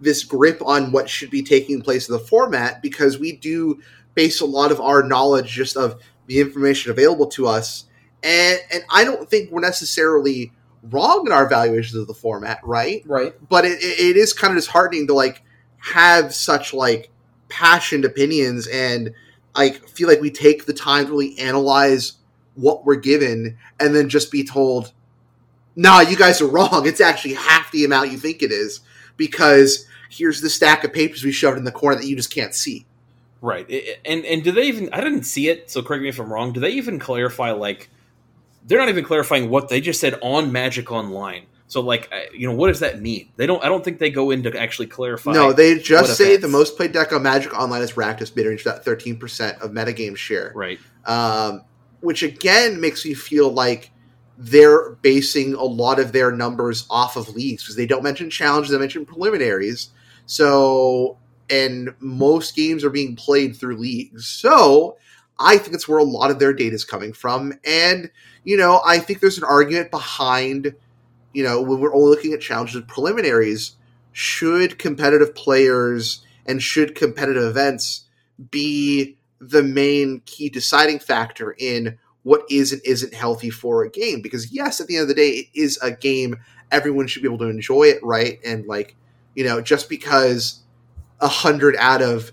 this grip on what should be taking place in the format because we do base a lot of our knowledge just of the information available to us. And and I don't think we're necessarily wrong in our evaluations of the format, right?
Right.
but it, it it is kind of disheartening to like have such like passionate opinions and I feel like we take the time to really analyze what we're given and then just be told, nah, you guys are wrong. It's actually half the amount you think it is because here's the stack of papers we shoved in the corner that you just can't see.
Right. I- I- And and do they even? I didn't see it, so correct me if I'm wrong. Do they even clarify like? They're not even clarifying what they just said on Magic Online. So like, I- you know, what does that mean? They don't. I don't think they go in to actually clarify.
No, they just
What
say
offense?
the most played deck on Magic Online is Rakdos midrange, that 13% of metagame share.
right.
um, which again makes me feel like they're basing a lot of their numbers off of leagues because they don't mention challenges, they mention preliminaries. So, and most games are being played through leagues. So, I think it's where a lot of their data is coming from. And, you know, I think there's an argument behind, you know, when we're only looking at challenges and preliminaries, should competitive players and should competitive events be the main key deciding factor in what is and isn't healthy for a game. Because yes, at the end of the day, it is a game. Everyone should be able to enjoy it, right? And like, you know, just because a hundred out of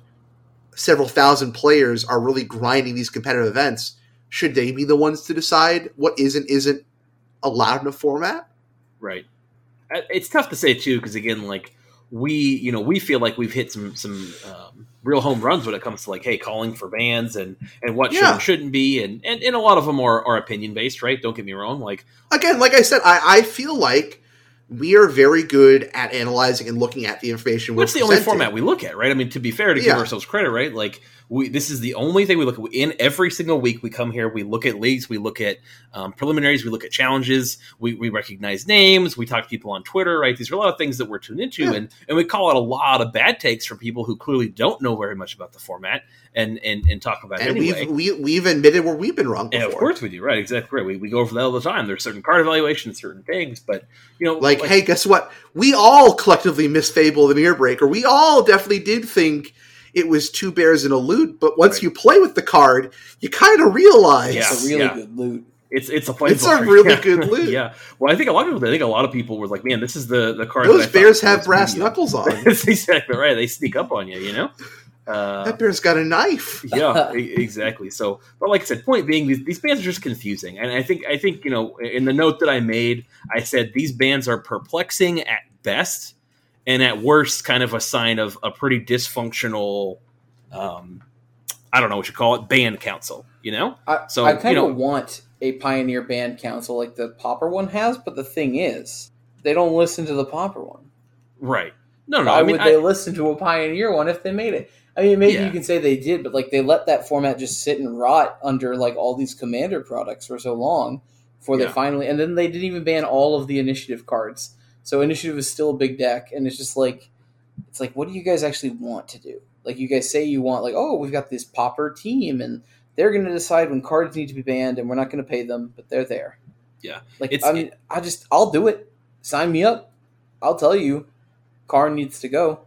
several thousand players are really grinding these competitive events, should they be the ones to decide what is and isn't allowed in a format?
Right. I- It's tough to say too, because again, like we you know we feel like we've hit some some um, real home runs when it comes to like hey calling for bans and and what should
Yeah.
and shouldn't be and, and and a lot of them are are opinion based right don't get me wrong like
again, like I said, I, I feel like we are very good at analyzing and looking at the information. we're
What's the only
presented.
format we look at, right? I mean, to be fair, to give
Yeah.
ourselves credit, right? Like, we this is the only thing we look at. In every single week, we come here, we look at leagues, we look at um, preliminaries, we look at challenges, we, we recognize names, we talk to people on Twitter, right? These are a lot of things that we're tuned into,
Yeah.
and and we call out a lot of bad takes from people who clearly don't know very much about the format and and and talk about it
and
anyway.
we've we, we've admitted where we've been wrong
Yeah,
before.
of course we do, right? Exactly. Right. We, we go over that all the time. There's certain card evaluations, certain things, but you know,
Like, hey, guess what? We all collectively missed Fable the Mirror Breaker. We all definitely did think it was two bears and a loot, but once
Right.
you play with the card, you kind of realize.
Yeah.
It's a really
yeah.
good loot.
It's it's a planeswalker.
It's a really
yeah.
good loot.
yeah. Well, I think a lot of people. I think a lot of people were like, "Man, this is the the card." that I
Those
thought
bears
was
have brass
medium."
knuckles on.
That's exactly right. They sneak up on you. You know. Uh,
that bear's got a knife.
yeah, e- exactly. So, but like I said, point being, these, these bands are just confusing, and I think I think you know, in the note that I made, I said these bands are perplexing at best, and at worst, kind of a sign of a pretty dysfunctional. Um, I don't know what you call it, band council. You know,
I,
So,
I kind
you know-
of want a Pioneer Band Council like the Popper one has, but the thing is, they don't listen to the Popper one.
right? No, no.
Why
I mean,
would
I-
they listen to a Pioneer one if they made it? I mean, maybe
Yeah.
you can say they did, but like they let that format just sit and rot under like all these Commander products for so long before
Yeah.
they finally, and then they didn't even ban all of the Initiative cards. So Initiative is still a big deck, and it's just like, it's like, what do you guys actually want to do? Like you guys say you want like, oh, we've got this Popper team, and they're going to decide when cards need to be banned, and we're not going to pay them, but they're there.
Yeah.
like
It's-
I mean, I just I'll do it. Sign me up. I'll tell you, car needs to go.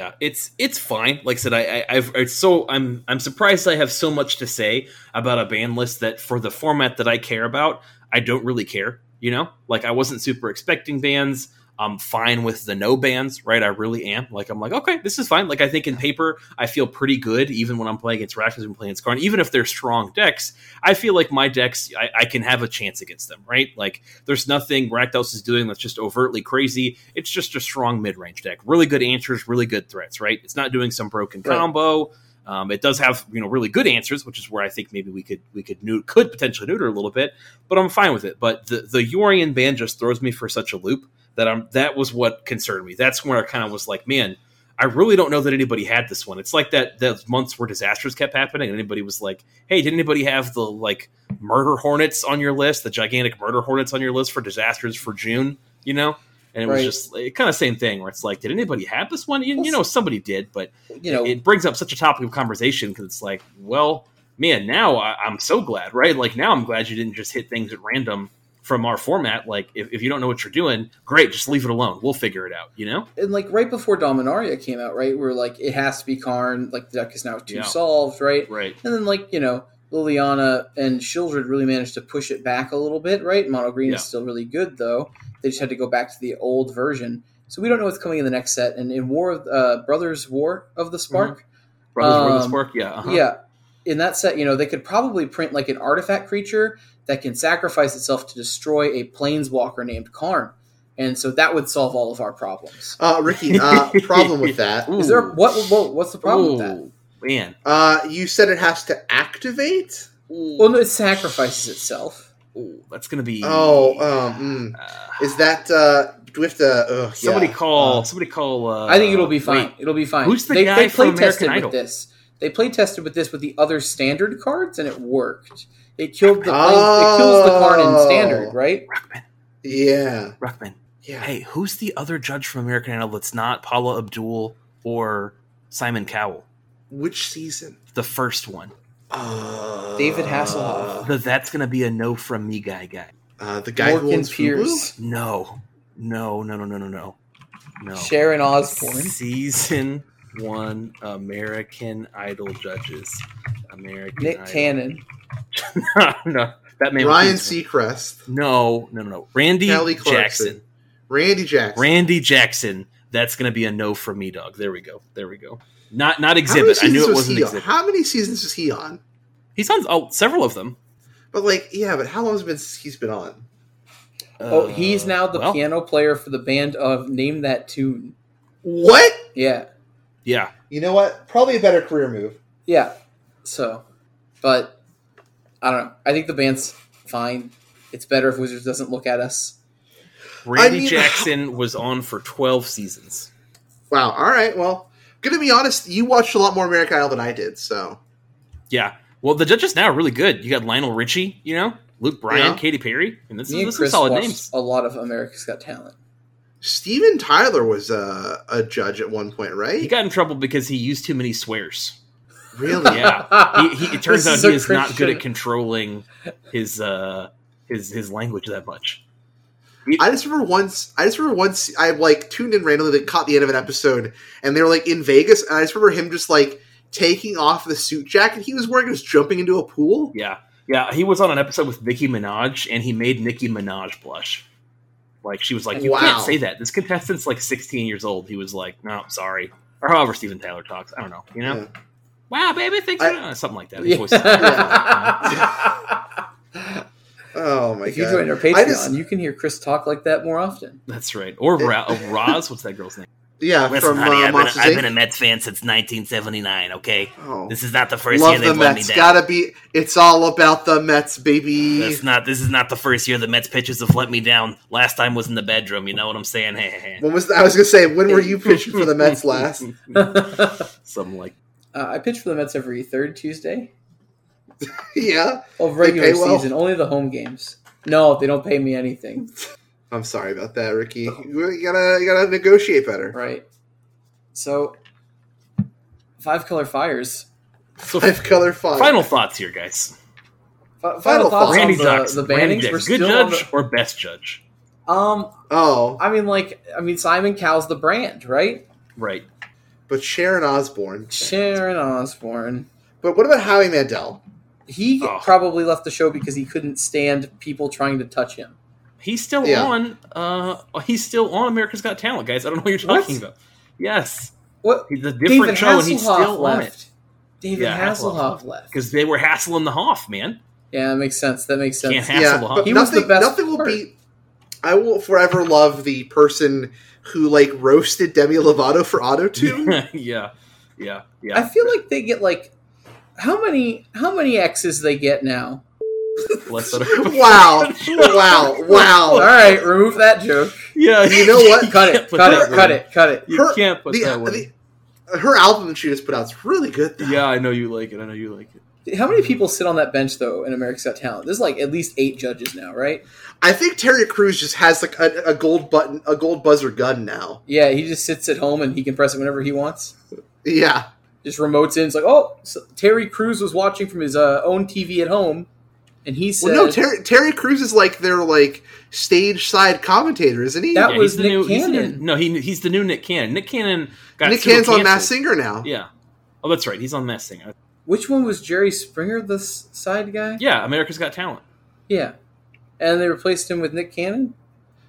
yeah it's it's fine like i said i, I i've it's so i'm i'm surprised i have so much to say about a band list that for the format that i care about i don't really care you know like i wasn't super expecting bands i'm fine with the no bands right i really am like i'm like okay this is fine like i think in paper i feel pretty good even when i'm playing against Rakdos and playing against Karn. even if they're strong decks i feel like my decks I, I can have a chance against them right like there's nothing Rakdos is doing that's just overtly crazy. It's just a strong mid range deck. Really good answers, really good threats, right? It's not doing some broken
Right.
combo. Um, it does have you know really good answers, which is where I think maybe we could we could new, could potentially neuter a little bit, but I'm fine with it. But the the Yorian ban just throws me for such a loop that I'm that was what concerned me. That's where I kind of was like, man, I really don't know that anybody had this one. It's like that those months where disasters kept happening, and anybody was like, hey, did anybody have the like murder hornets on your list, the gigantic murder hornets on your list for disasters for June, you know? And it was
Right.
just like, kind of same thing where it's like, did anybody have this one? You, you know, somebody did, but
you know,
it brings up such a topic of conversation because it's like, well, man, now I, I'm so glad, right? Like now I'm glad you didn't just hit things at random from our format. Like if, if you don't know what you're doing, great, just leave it alone. We'll figure it out, you know?
and like right before Dominaria came out, right, where like it has to be Karn, like the deck is now two
Yeah.
solved, right?
Right.
And then like you know, Liliana and Shieldred really managed to push it back a little bit, right? Mono Green
Yeah.
is still really good though. They just had to go back to the old version, so we don't know what's coming in the next set. And in War of uh, Brothers War of the Spark,
Brothers where this
Um,
work? Yeah. uh-huh.
Yeah. In that set, you know, they could probably print like an artifact creature that can sacrifice itself to destroy a planeswalker named Karn. And so that would solve all of our problems.
Uh, Ricky, uh, problem with that?
Ooh.
Is there what, what what's the problem with that?
Ooh, Man.
Uh, you said it has to activate.
Ooh.
Well, no, it sacrifices itself.
Ooh, that's gonna be.
Oh, um,
Uh,
mm. is that uh, do we have to? Uh,
somebody
yeah.
call.
Uh,
somebody call. Uh,
I think it'll be fine.
wait,
It'll be fine.
Who's the
they,
guy
they
from
play
American
tested
Idol?
with this. They play tested with this with the other standard cards, and it worked. It killed the planes, it kills the Karn in
Oh.
standard, right?
Ruckman.
yeah,
Ruckman.
yeah.
Hey, who's the other judge from American Idol that's not Paula Abdul or Simon Cowell?
Which season?
The first one.
Uh,
David Hasselhoff.
The that's gonna be a no from me guy guy.
Uh, the guy who
Morgan
owns Pierce.
Pierce,
No, no, no, no, no, no, no, no.
Sharon Osbourne.
Season one American Idol judges. American
Nick
Idol.
Cannon.
no, that man.
Ryan
C.
Seacrest,
No, no, no, no. Randy
Kelly Clarkson.
Jackson.
Randy Jackson.
Randy Jackson. That's gonna be a no from me, dog. There we go. There we go. Not not
How many
exhibit. I
seasons
knew it
was
wasn't
he on?
exhibit.
How many seasons was he on?
He's on oh, several of them.
But like, yeah, but how long has it been since he's been on?
Oh, he's now the
well,
piano player for the band of Name That Tune.
What?
Yeah,
Yeah.
You know what? Probably a better career move.
yeah. So, but I don't know. I think the band's fine. It's better if Wizards doesn't look at us.
Randy
mean-
Jackson was on for 12 seasons.
Wow. All right. Well, gonna be honest, you watched a lot more American Idol than I did, so
Yeah. Well, the judges now are really good. You got Lionel Richie, you know, Luke Bryan,
Yeah.
Katy Perry. And this
Me
is
and
this is
Chris
solid
watched
names.
a lot of America's Got Talent.
Steven Tyler was uh, a judge at one point, right?
He got in trouble because he used too many swears.
really?
Yeah. he, he, it turns
This
out
is
he
a
is not good
Christian-
at controlling his uh his his language that much.
I just remember once. I just remember once. I like tuned in randomly, like, caught the end of an episode, and they were like in Vegas, and I just remember him just like taking off the suit jacket he was wearing, and just jumping into a pool.
Yeah. Yeah, he was on an episode with Nicki Minaj and he made Nicki Minaj blush. Like she was like, You
Wow.
can't say that. This contestant's like sixteen years old. He was like, No, I'm sorry. Or however Steven Tyler talks. I don't know. You know? Wow, baby, thanks for uh,"
I-
something like that. His voice sounded-
Yeah.
Oh my
if you
god!
join our
I
Patreon,
just-
you can hear Chris talk like that more often.
That's right. Or Ra- oh, Roz, what's that girl's name?
yeah,
Listen,
from
honey,
uh,
I've, been,
Monsters
I've
Inc.
been a Mets fan since 1979. Okay,
oh.
this is not the first year
Love
they've
the
let me
Mets.
down.
Gotta be. It's all about the Mets, baby.
That's not. This is not the first year the Mets pitchers have let me down. Last time was in the bedroom. You know what I'm saying? Heh, heh, heh.
when was I was gonna say when were you pitching for the Mets last?
uh,
Something like
I pitch for the Mets every third Tuesday
yeah,
of
They pay
regular
well?
season, only the home games. No, they don't pay me anything.
I'm sorry about that, Ricky. You gotta you gotta negotiate better.
Right. So, Five Color Fires.
so
Five color five.
final thoughts here, guys.
Fi- final,
Final
thoughts
thoughts.
Randy
on the,
Ducks,
the
Randy
bannings. We're
Ducks,
still
good
on
judge or best judge?
the- um,
Oh,
I mean, like, I mean, Simon Cowell's the brand, right?
Right.
but Sharon Osbourne.
Sharon Osbourne.
But what about Howie Mandel?
He
Oh.
probably left the show because he couldn't stand people trying to touch him.
He's still
Yeah.
on. Uh, he's still on America's Got Talent, guys. I don't know what you're
What?
talking about. Yes,
What?
he's a different
David
show,
Hasselhoff
and he's still on it
left. David
Yeah,
Hasselhoff,
Hasselhoff.
left.
because they were hassling the Hoff man.
Yeah, that makes sense. That makes sense.
Can't have- Hassel, huh?
but
He was
nothing,
the best
nothing will
part.
beat. I will forever love the person who like roasted Demi Lovato for auto tune.
yeah, yeah, yeah.
I feel like they get like how many how many X's they get now?
Bless that.
wow, wow,
Oh.
All
wow.
right, remove that joke.
yeah,
You know what?
Cut
can't
it.
put
Cut
that
it.
one
Cut
in.
it. uh, Cut it.
You
Her-
can't put
The-
that one. in.
the- her album that she just put out is really good. Though.
yeah, I know you like it. I know you like it.
How many people sit on that bench though in America's Got Talent? There's like at least eight judges now, right?
I think Terry Crews just has like a, a gold button, a gold buzzer gun now.
Yeah, he just sits at home and he can press it whenever he wants.
Yeah,
Just remotes in. It's like, oh, so Terry Crews was watching from his uh, own TV at home, and he said,
well, no, Terry, Terry Crews is like their like stage side commentator, isn't he?
That-
Yeah,
was
he's the
Nick
new. He's the new
Cannon.
no, he he's the new Nick Cannon. Nick Cannon got
Nick
pseudo
Cannon's on Mass
canceled.
Singer now.
Yeah. Oh, that's right. He's on Mass Singer.
"Which one was Jerry Springer, the s- side guy?"
Yeah, America's Got Talent.
yeah, and they replaced him with Nick Cannon.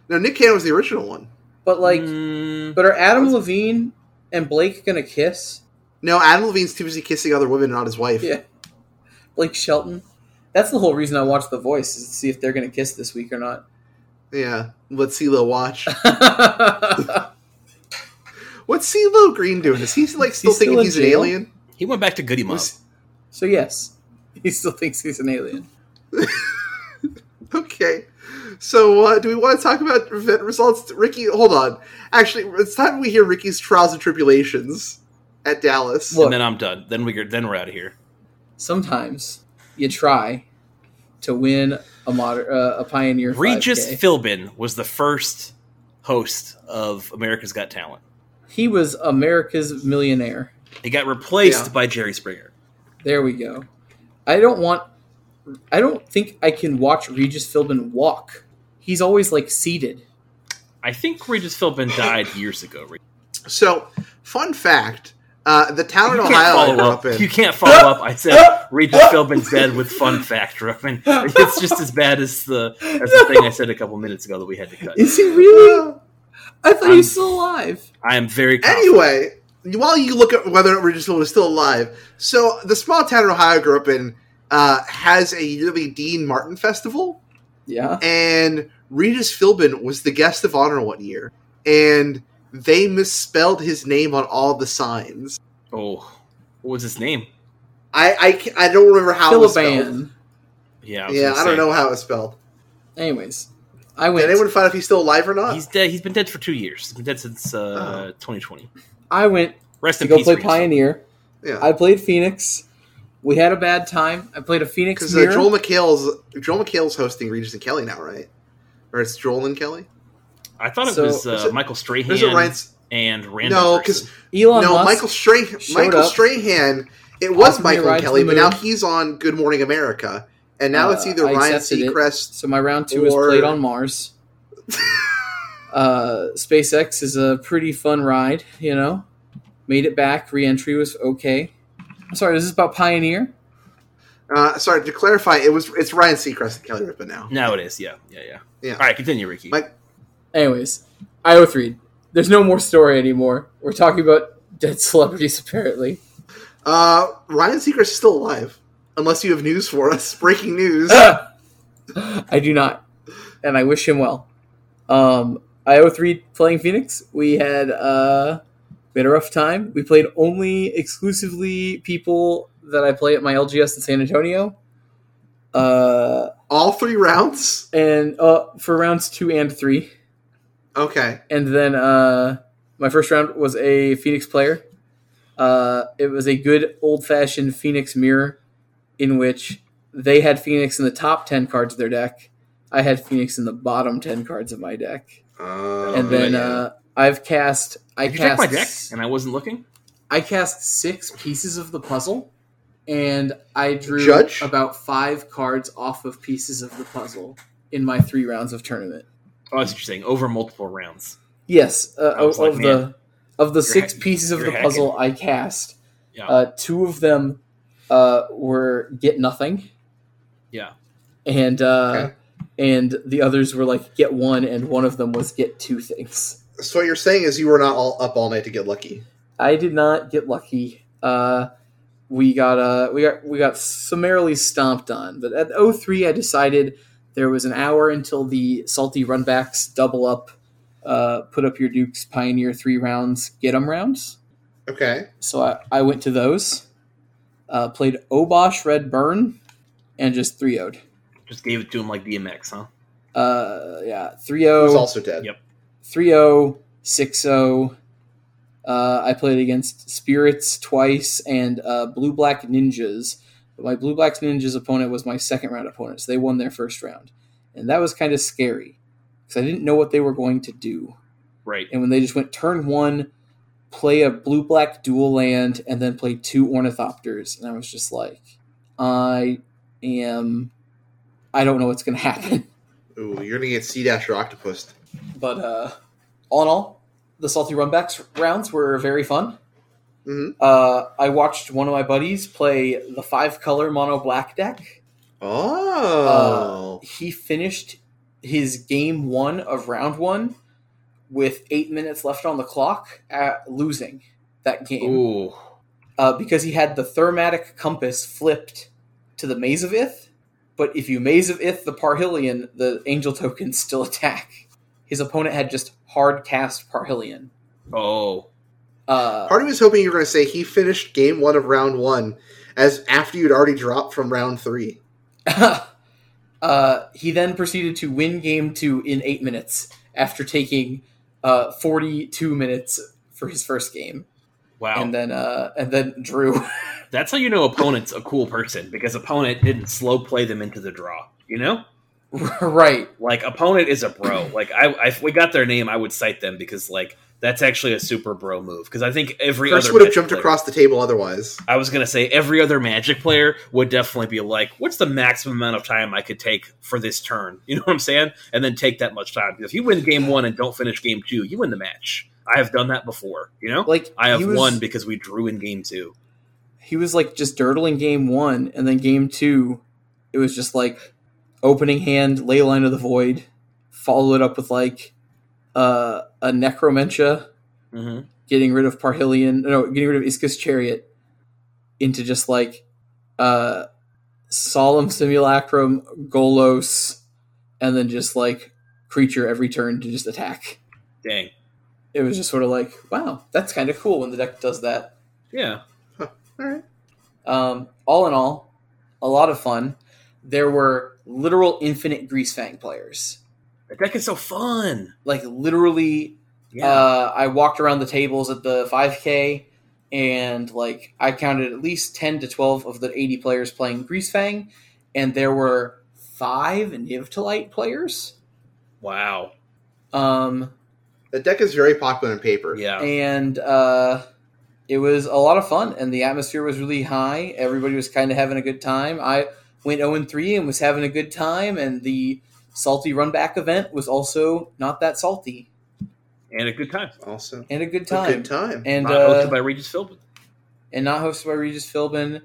No, Nick Cannon was the original one.
But like,
Mm,
But are Adam Levine and Blake gonna kiss?
No, Adam Levine's too busy kissing other women, not his wife.
Yeah. Blake Shelton. That's the whole reason I watch The Voice is to see if they're gonna kiss this week or not.
Yeah. What's CeeLo watch? What's CeeLo Green doing? Is he like still thinking
He's still in
he's
jail?
an alien?
he went back to Goody Mob.
Was-
so yes, he still thinks he's an alien.
Okay. So, uh, do we want to talk about vet results? Ricky, hold on. Actually, it's time we hear Ricky's trials and tribulations at Dallas.
Look.
and then I'm done. Then we get- then we're out of here.
Sometimes you try to win a moder- uh, a pioneer.
Regis
5K.
Philbin was the first host of America's Got Talent.
he was America's millionaire.
He got replaced
Yeah.
by Jerry Springer.
There we go. I don't want. I don't think I can watch Regis Philbin walk. He's always like seated.
I think Regis Philbin died years ago. Rick.
So, fun fact uh, the town in
You
Ohio I
can't
grew
follow
up
up.
in.
You can't follow up. I said Regis Philbin's dead with fun fact, Roman. It's just as bad as the as the thing I said a couple minutes ago that we had to cut.
Is he really? I thought he
I'm-
was still alive.
I am very confident.
Anyway, while you look at whether Regis Philbin is still alive, so the small town in Ohio I grew up in uh, has a yearly Dean Martin festival,
Yeah.
and Regis Philbin was the guest of honor one year, and they misspelled his name on all the signs.
Oh, what was his name?
I I, ca- I don't remember how it was spelled.
Philiban.
Yeah, was
Yeah,
gonna
I don't
say.
know how it was spelled.
Anyways, I
Did
went.
anyone find out if he's still alive or not?
He's dead. He's been dead for two years. He's been dead since
Oh.
uh, 2020.
I went
Rest
to
in
go
peace.
play
Reeves.
Pioneer.
yeah,
I played Phoenix. We had a bad time. I played a Phoenix
because uh,
mirror.
Joel McHale's Joel McHale's hosting Regis and Kelly now, right? Or it's Joel and Kelly.
I thought it
So-
was uh,
There's a-
Michael Strahan
There's a Ryan. S-
and random.
No,
person.
because
Elon
no
Musk.
Michael Strahan.
showed
Michael
up,
Strahan. It was
offered me a
Michael
ride
and
to
Kelly,
the
but now
moon.
he's on Good Morning America, and now it's
Uh,
either
I
Ryan
accepted it.
Seacrest.
So my round two is
Or-
played on Mars. uh, SpaceX is a pretty fun ride, you know. Made it back. Reentry was okay. I'm sorry, is this about Pioneer?
Uh, sorry to clarify, it was it's Ryan Seacrest and Kelly Ripa now.
Now it is. Yeah, yeah, yeah.
Yeah.
All right, continue, Ricky.
My-
Anyways, IO three. There's no more story anymore. We're talking about dead celebrities apparently.
Uh, Ryan Seacrest is still alive, unless you have news for us. Breaking news.
I do not, and I wish him well. Um, IO three playing Phoenix. We had uh, we had a rough time. We played only exclusively people that I play at my LGS in San Antonio. Uh,
All three rounds.
and uh, for rounds two and three,
Okay.
and then uh, my first round was a Phoenix player. Uh, it was a good old fashioned Phoenix mirror, in which they had Phoenix in the top ten cards of their deck. I had Phoenix in the bottom ten cards of my deck, and then uh, I've cast.
Oh,
I
Did you check
cast
my deck? And I wasn't looking.
I cast six pieces of the puzzle, and I drew
Judge?
about five cards off of pieces of the puzzle in my three rounds of tournament.
Oh, that's interesting. Over multiple rounds.
Yes, uh,
I was
of,
like,
of
man,
the of the six
hack-
pieces of
you're
the
hacking.
puzzle I cast,
Yeah.
uh, two of them uh, were get nothing,
yeah.
and uh,
Okay.
and the others were like get one, and one of them was get two things.
So what you're saying is you were not all up all night to get lucky.
I did not get lucky. Uh, we got uh, we got we got summarily stomped on. But at 03, I decided there was an hour until the salty runbacks double up, uh, put up your Dukes, Pioneer three rounds, get 'em rounds.
Okay.
So I, I went to those, uh, played Obosh Red Burn, and just 3 0'd.
Just gave it to him like DMX, huh?
Uh, yeah, 3
Who's
0,
also dead?
Yep.
3 0, 6 0. oh, Uh, I played against Spirits twice and uh, Blue Black Ninjas. But my Blue Black Ninjas opponent was my second round opponent, so they won their first round. And that was kind of scary because I didn't know what they were going to do.
Right.
and when they just went turn one, play a blue black dual land, and then play two ornithopters, and I was just like, I am, I don't know what's gonna happen.
Ooh, you're gonna get C dash or octopus.
But uh, all in all, the salty runbacks rounds were very fun.
Mhm.
Uh, I watched one of my buddies play the five color mono black deck.
Oh.
He finished his game one of round one with eight minutes left on the clock, at losing that game.
Ooh,
uh, because he had the thermatic compass flipped to the Maze of Ith. But if you Maze of Ith the Parhillion, the angel tokens still attack. His opponent had just hard cast Parhillion.
Oh,
Uh,
Part of me was hoping you were gonna say he finished game one of round one as after you'd already dropped from round three.
uh, he then proceeded to win game two in eight minutes after taking uh, 42 minutes for his first game,
wow.
and then uh, and then drew.
That's how you know opponent's a cool person because opponent didn't slow play them into the draw. You know,
right.
like opponent is a bro. Like I, I if we got their name, I would cite them because like that's actually a super bro move. Because I think every
Chris
other
would have
Magic
jumped
player-
across the table otherwise.
I was gonna say every other Magic player would definitely be like, "What's the maximum amount of time I could take for this turn?" You know what I'm saying? And then take that much time. If you win game one and don't finish game two, you win the match. I have done that before. You know,
Like
I have
he was-
won because we drew in game two.
he was like just dirtling game one, and then game two, it was just like opening hand, ley line of the void, follow it up with like uh, a necromancia,
hmm
getting rid of Parhillion, no, getting rid of Iska's chariot, into just like uh, solemn simulacrum, Golos, and then just like creature every turn to just attack.
Dang,
it was just sort of like, wow, that's kind of cool when the deck does that.
Yeah.
All right.
Um, all in all, a lot of fun. There were literal infinite Greasefang players.
That deck is so fun.
Like literally,
Yeah.
uh, I walked around the tables at the 5K, and like I counted at least 10 to 12 of the 80 players playing Greasefang, and there were five Nivtalite players.
Wow.
Um,
The deck is very popular on paper.
Yeah.
and uh, it was a lot of fun and the atmosphere was really high everybody was kind of having a good time i went 0-3 and was having a good time and the salty run back event was also not that salty
And a good time.
Also,
and a good
a
time
good time.
and
Not
uh,
hosted by Regis Philbin.
and not hosted by regis philbin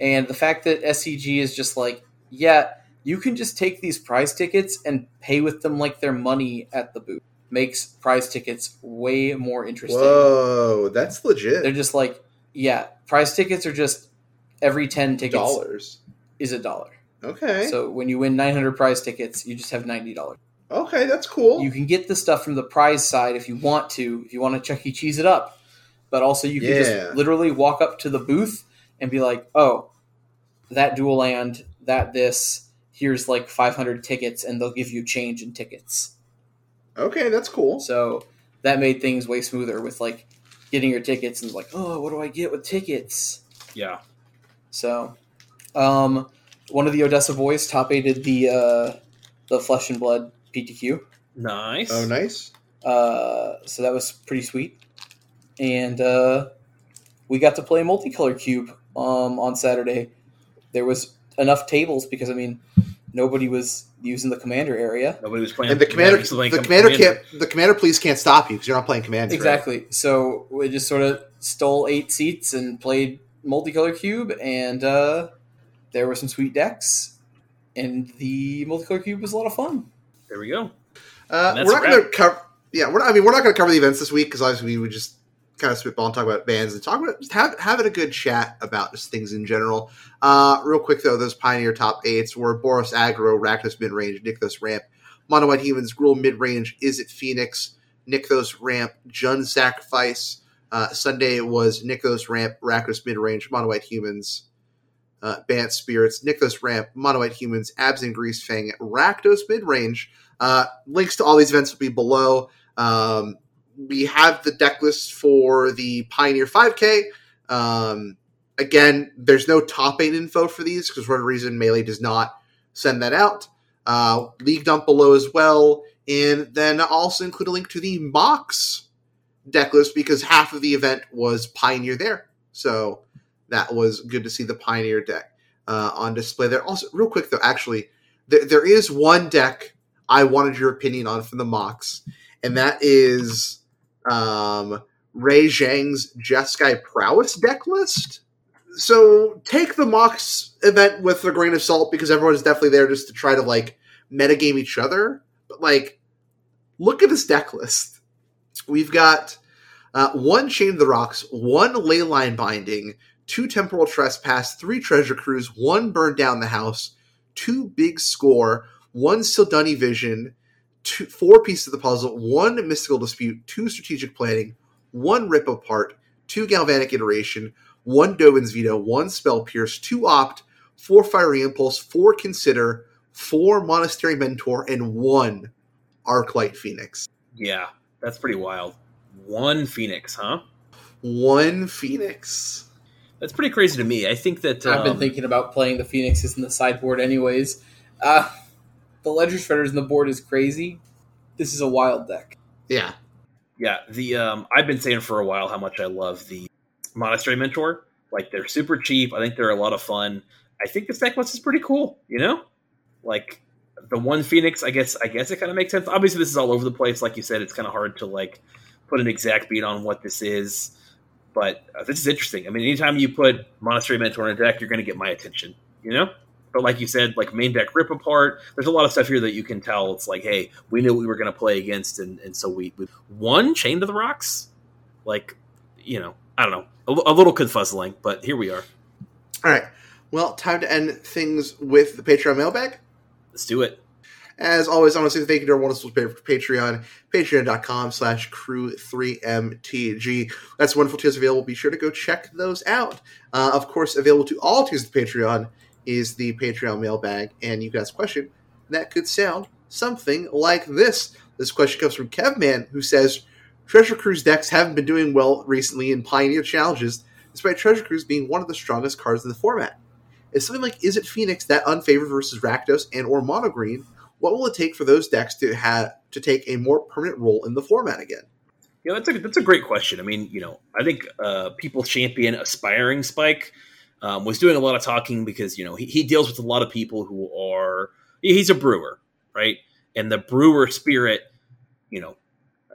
and the fact that scg is just like yeah you can just take these prize tickets and pay with them like their money at the booth makes prize tickets way more interesting
Whoa, that's
they're
legit.
just like yeah prize tickets are just every 10 tickets
Dollars.
is a dollar
Okay.
so when you win 900 prize tickets you just have $90
okay, that's cool.
you can get the stuff from the prize side if you want to if you want to chuck e cheese it up but also you can
Yeah.
just literally walk up to the booth and be like oh that dual land that this here's like 500 tickets and they'll give you change in tickets
okay, that's cool.
so that made things way smoother with like getting your tickets and like, oh, what do I get with tickets?
Yeah.
So, um, one of the Odessa boys top aided the uh, the flesh and blood PTQ,
Nice.
oh, nice.
uh, so that was pretty sweet. And uh, we got to play multicolor cube um, on Saturday. There was enough tables because I mean, nobody was using the commander area.
Nobody was playing.
And the commander,
was playing
the commander
commander.
can't, the commander please can't stop you because you're not playing commander.
Exactly. So we just sort of stole eight seats and played multicolor cube, and uh, there were some sweet decks, and the multicolor cube was a lot of fun.
There we go.
Uh,
And that's
we're not
a
going to cover. Yeah, we're not, I mean, we're not going to cover the events this week because obviously we would just kind of spitball and talk about bands and talk about just have, having a good chat about just things in general. Uh, real quick though, those Pioneer top eights were Boros Aggro, Rakdos Mid Range, Nykthos Ramp, Mono White Humans, Gruel Mid Range, Is It Phoenix, Nykthos Ramp, Jun Sacrifice. Uh, Sunday was Nykthos Ramp, Rakdos Mid Range, Mono White Humans. Uh, Bant Spirits, Nykthos Ramp, Mono White Humans, Abs and Grease Fang, Rakdos Mid Range, uh, links to all these events will be below. Um, we have the deck list for the Pioneer 5K. Um, again, there's no top eight info for these because for whatever reason, Melee does not send that out. Uh, league dump below as well. And then also include a link to the Mox deck list because half of the event was Pioneer there. So that was good to see the Pioneer deck uh, on display there. Also, real quick though, actually, there, there is one deck I wanted your opinion on from the mocks, and that is um, Ray Zhang's Jeskai Prowess deck list. So take the mocks event with a grain of salt because everyone's definitely there just to try to like metagame each other. But like, look at this deck list. We've got uh, one Chain of the Rocks, one Leyline Binding, two Temporal Trespass, three Treasure Cruise, one Burn Down the House, two Big Score, one Sildani Vision, two, four pieces of the puzzle, one Mystical Dispute, two Strategic Planning, one Rip Apart, two Galvanic Iteration, one Dovin's Veto, one Spell Pierce, two Opt, four Fiery Impulse, four Consider, four Monastery Mentor, and one Arclight Phoenix.
Yeah. That's pretty wild. One Phoenix, huh?
One Phoenix.
That's pretty crazy to me. I think that. Um,
I've been thinking about playing the Phoenixes in the sideboard, anyways. Uh, the Ledger Shredders in the board is crazy. This is a wild deck.
Yeah.
Yeah, the um, I've been saying for a while how much I love the Monastery Mentor. Like they're super cheap. I think they're a lot of fun. I think this deck list is pretty cool. You know, like the one Phoenix. I guess I guess it kind of makes sense. Obviously, this is all over the place. Like you said, it's kind of hard to like put an exact beat on what this is. But uh, this is interesting. I mean, anytime you put Monastery Mentor in a deck, you're going to get my attention. You know. But like you said, like main deck rip apart. There's a lot of stuff here that you can tell. It's like, hey, we knew what we were going to play against, and, and so we, we one chain to the rocks. Like, you know, I don't know, a, li- a little confuzzling, but here we are.
All right. Well, time to end things with the Patreon mailbag.
Let's do it.
As always, I want to say thank you to our wonderful pa- Patreon, patreon.com slash crew3mtg. That's wonderful tiers available. Be sure to go check those out. Uh, of course, available to all tiers of the Patreon is the Patreon mailbag, and you can ask a question that could sound something like this. This question comes from Kevman, who says, Treasure Cruise decks haven't been doing well recently in Pioneer challenges, despite Treasure Cruise being one of the strongest cards in the format. Is something like Is it Phoenix that unfavored versus Rakdos and or Mono Green? What will it take for those decks to have to take a more permanent role in the format again?
Yeah, that's a that's a great question. I mean, you know, I think uh, people champion aspiring Spike um, was doing a lot of talking because you know he, he deals with a lot of people who are he's a brewer, right? And the brewer spirit, you know,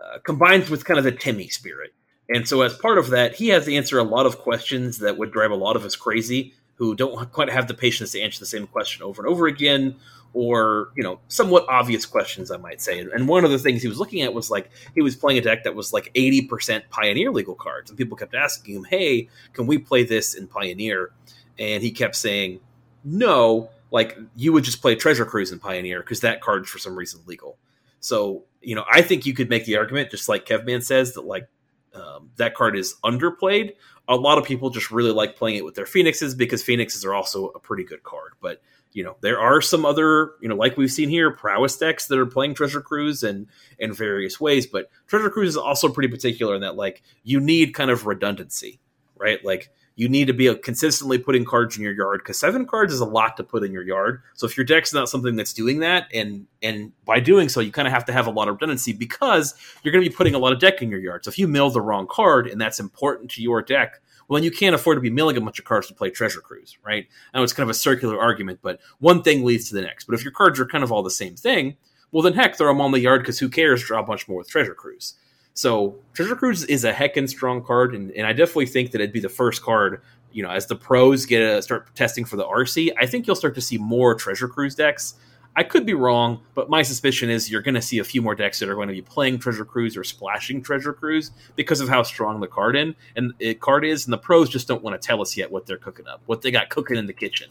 uh, combines with kind of the Timmy spirit. And so, as part of that, he has to answer a lot of questions that would drive a lot of us crazy who don't quite have the patience to answer the same question over and over again, or, you know, somewhat obvious questions, I might say. And one of the things he was looking at was like, he was playing a deck that was like 80% Pioneer legal cards. And people kept asking him, hey, can we play this in Pioneer? And he kept saying, no, like, you would just play Treasure Cruise in Pioneer because that card's for some reason legal. So, you know, I think you could make the argument, just like Kevman says, that like um, that card is underplayed. A lot of people just really like playing it with their Phoenixes because Phoenixes are also a pretty good card. But, you know, there are some other, you know, like we've seen here, prowess decks that are playing Treasure Cruise and in various ways. But Treasure Cruise is also pretty particular in that, like, you need kind of redundancy, right? Like, you need to be uh, consistently putting cards in your yard because seven cards is a lot to put in your yard. So if your deck's not something that's doing that, and and by doing so, you kind of have to have a lot of redundancy because you're going to be putting a lot of deck in your yard. So if you mill the wrong card and that's important to your deck, well then you can't afford to be milling a bunch of cards to play Treasure Cruise, right? I know it's kind of a circular argument, but one thing leads to the next. But if your cards are kind of all the same thing, well then heck, throw them on the yard because who cares? Draw a bunch more with Treasure Cruise. So Treasure Cruise is a heckin' strong card, and, and I definitely think that it'd be the first card. You know, as the pros get a, start testing for the RC, I think you'll start to see more Treasure Cruise decks. I could be wrong, but my suspicion is you're going to see a few more decks that are going to be playing Treasure Cruise or splashing Treasure Cruise because of how strong the card in and uh, card is, and the pros just don't want to tell us yet what they're cooking up, what they got cooking in the kitchen.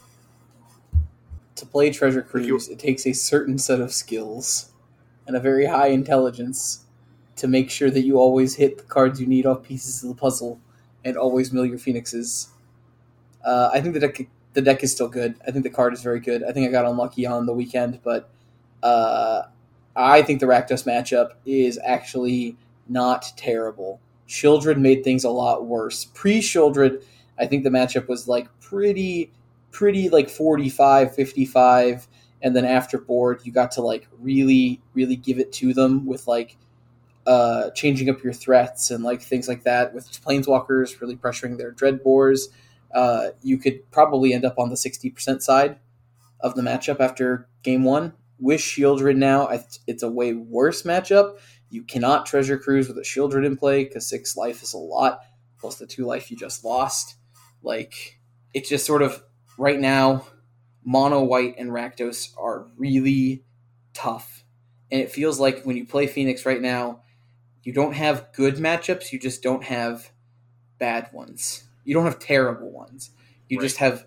To play Treasure Cruise, it takes a certain set of skills and a very high intelligence to make sure that you always hit the cards you need off pieces of the puzzle and always mill your phoenixes. Uh, I think the deck the deck is still good. I think the card is very good. I think I got unlucky on the weekend, but uh, I think the Rakdos matchup is actually not terrible. Shieldred made things a lot worse. Pre Shieldred, I think the matchup was like pretty, pretty like 45, 55. And then after board, you got to like really, really give it to them with like uh, changing up your threats and like things like that with planeswalkers really pressuring their dread bores uh, you could probably end up on the 60% side of the matchup after game one with shieldred now I th- it's a way worse matchup you cannot treasure cruise with a shieldred in play because six life is a lot plus the two life you just lost like it's just sort of right now mono white and rakdos are really tough and it feels like when you play phoenix right now you don't have good matchups you just don't have bad ones you don't have terrible ones you
Right.
just have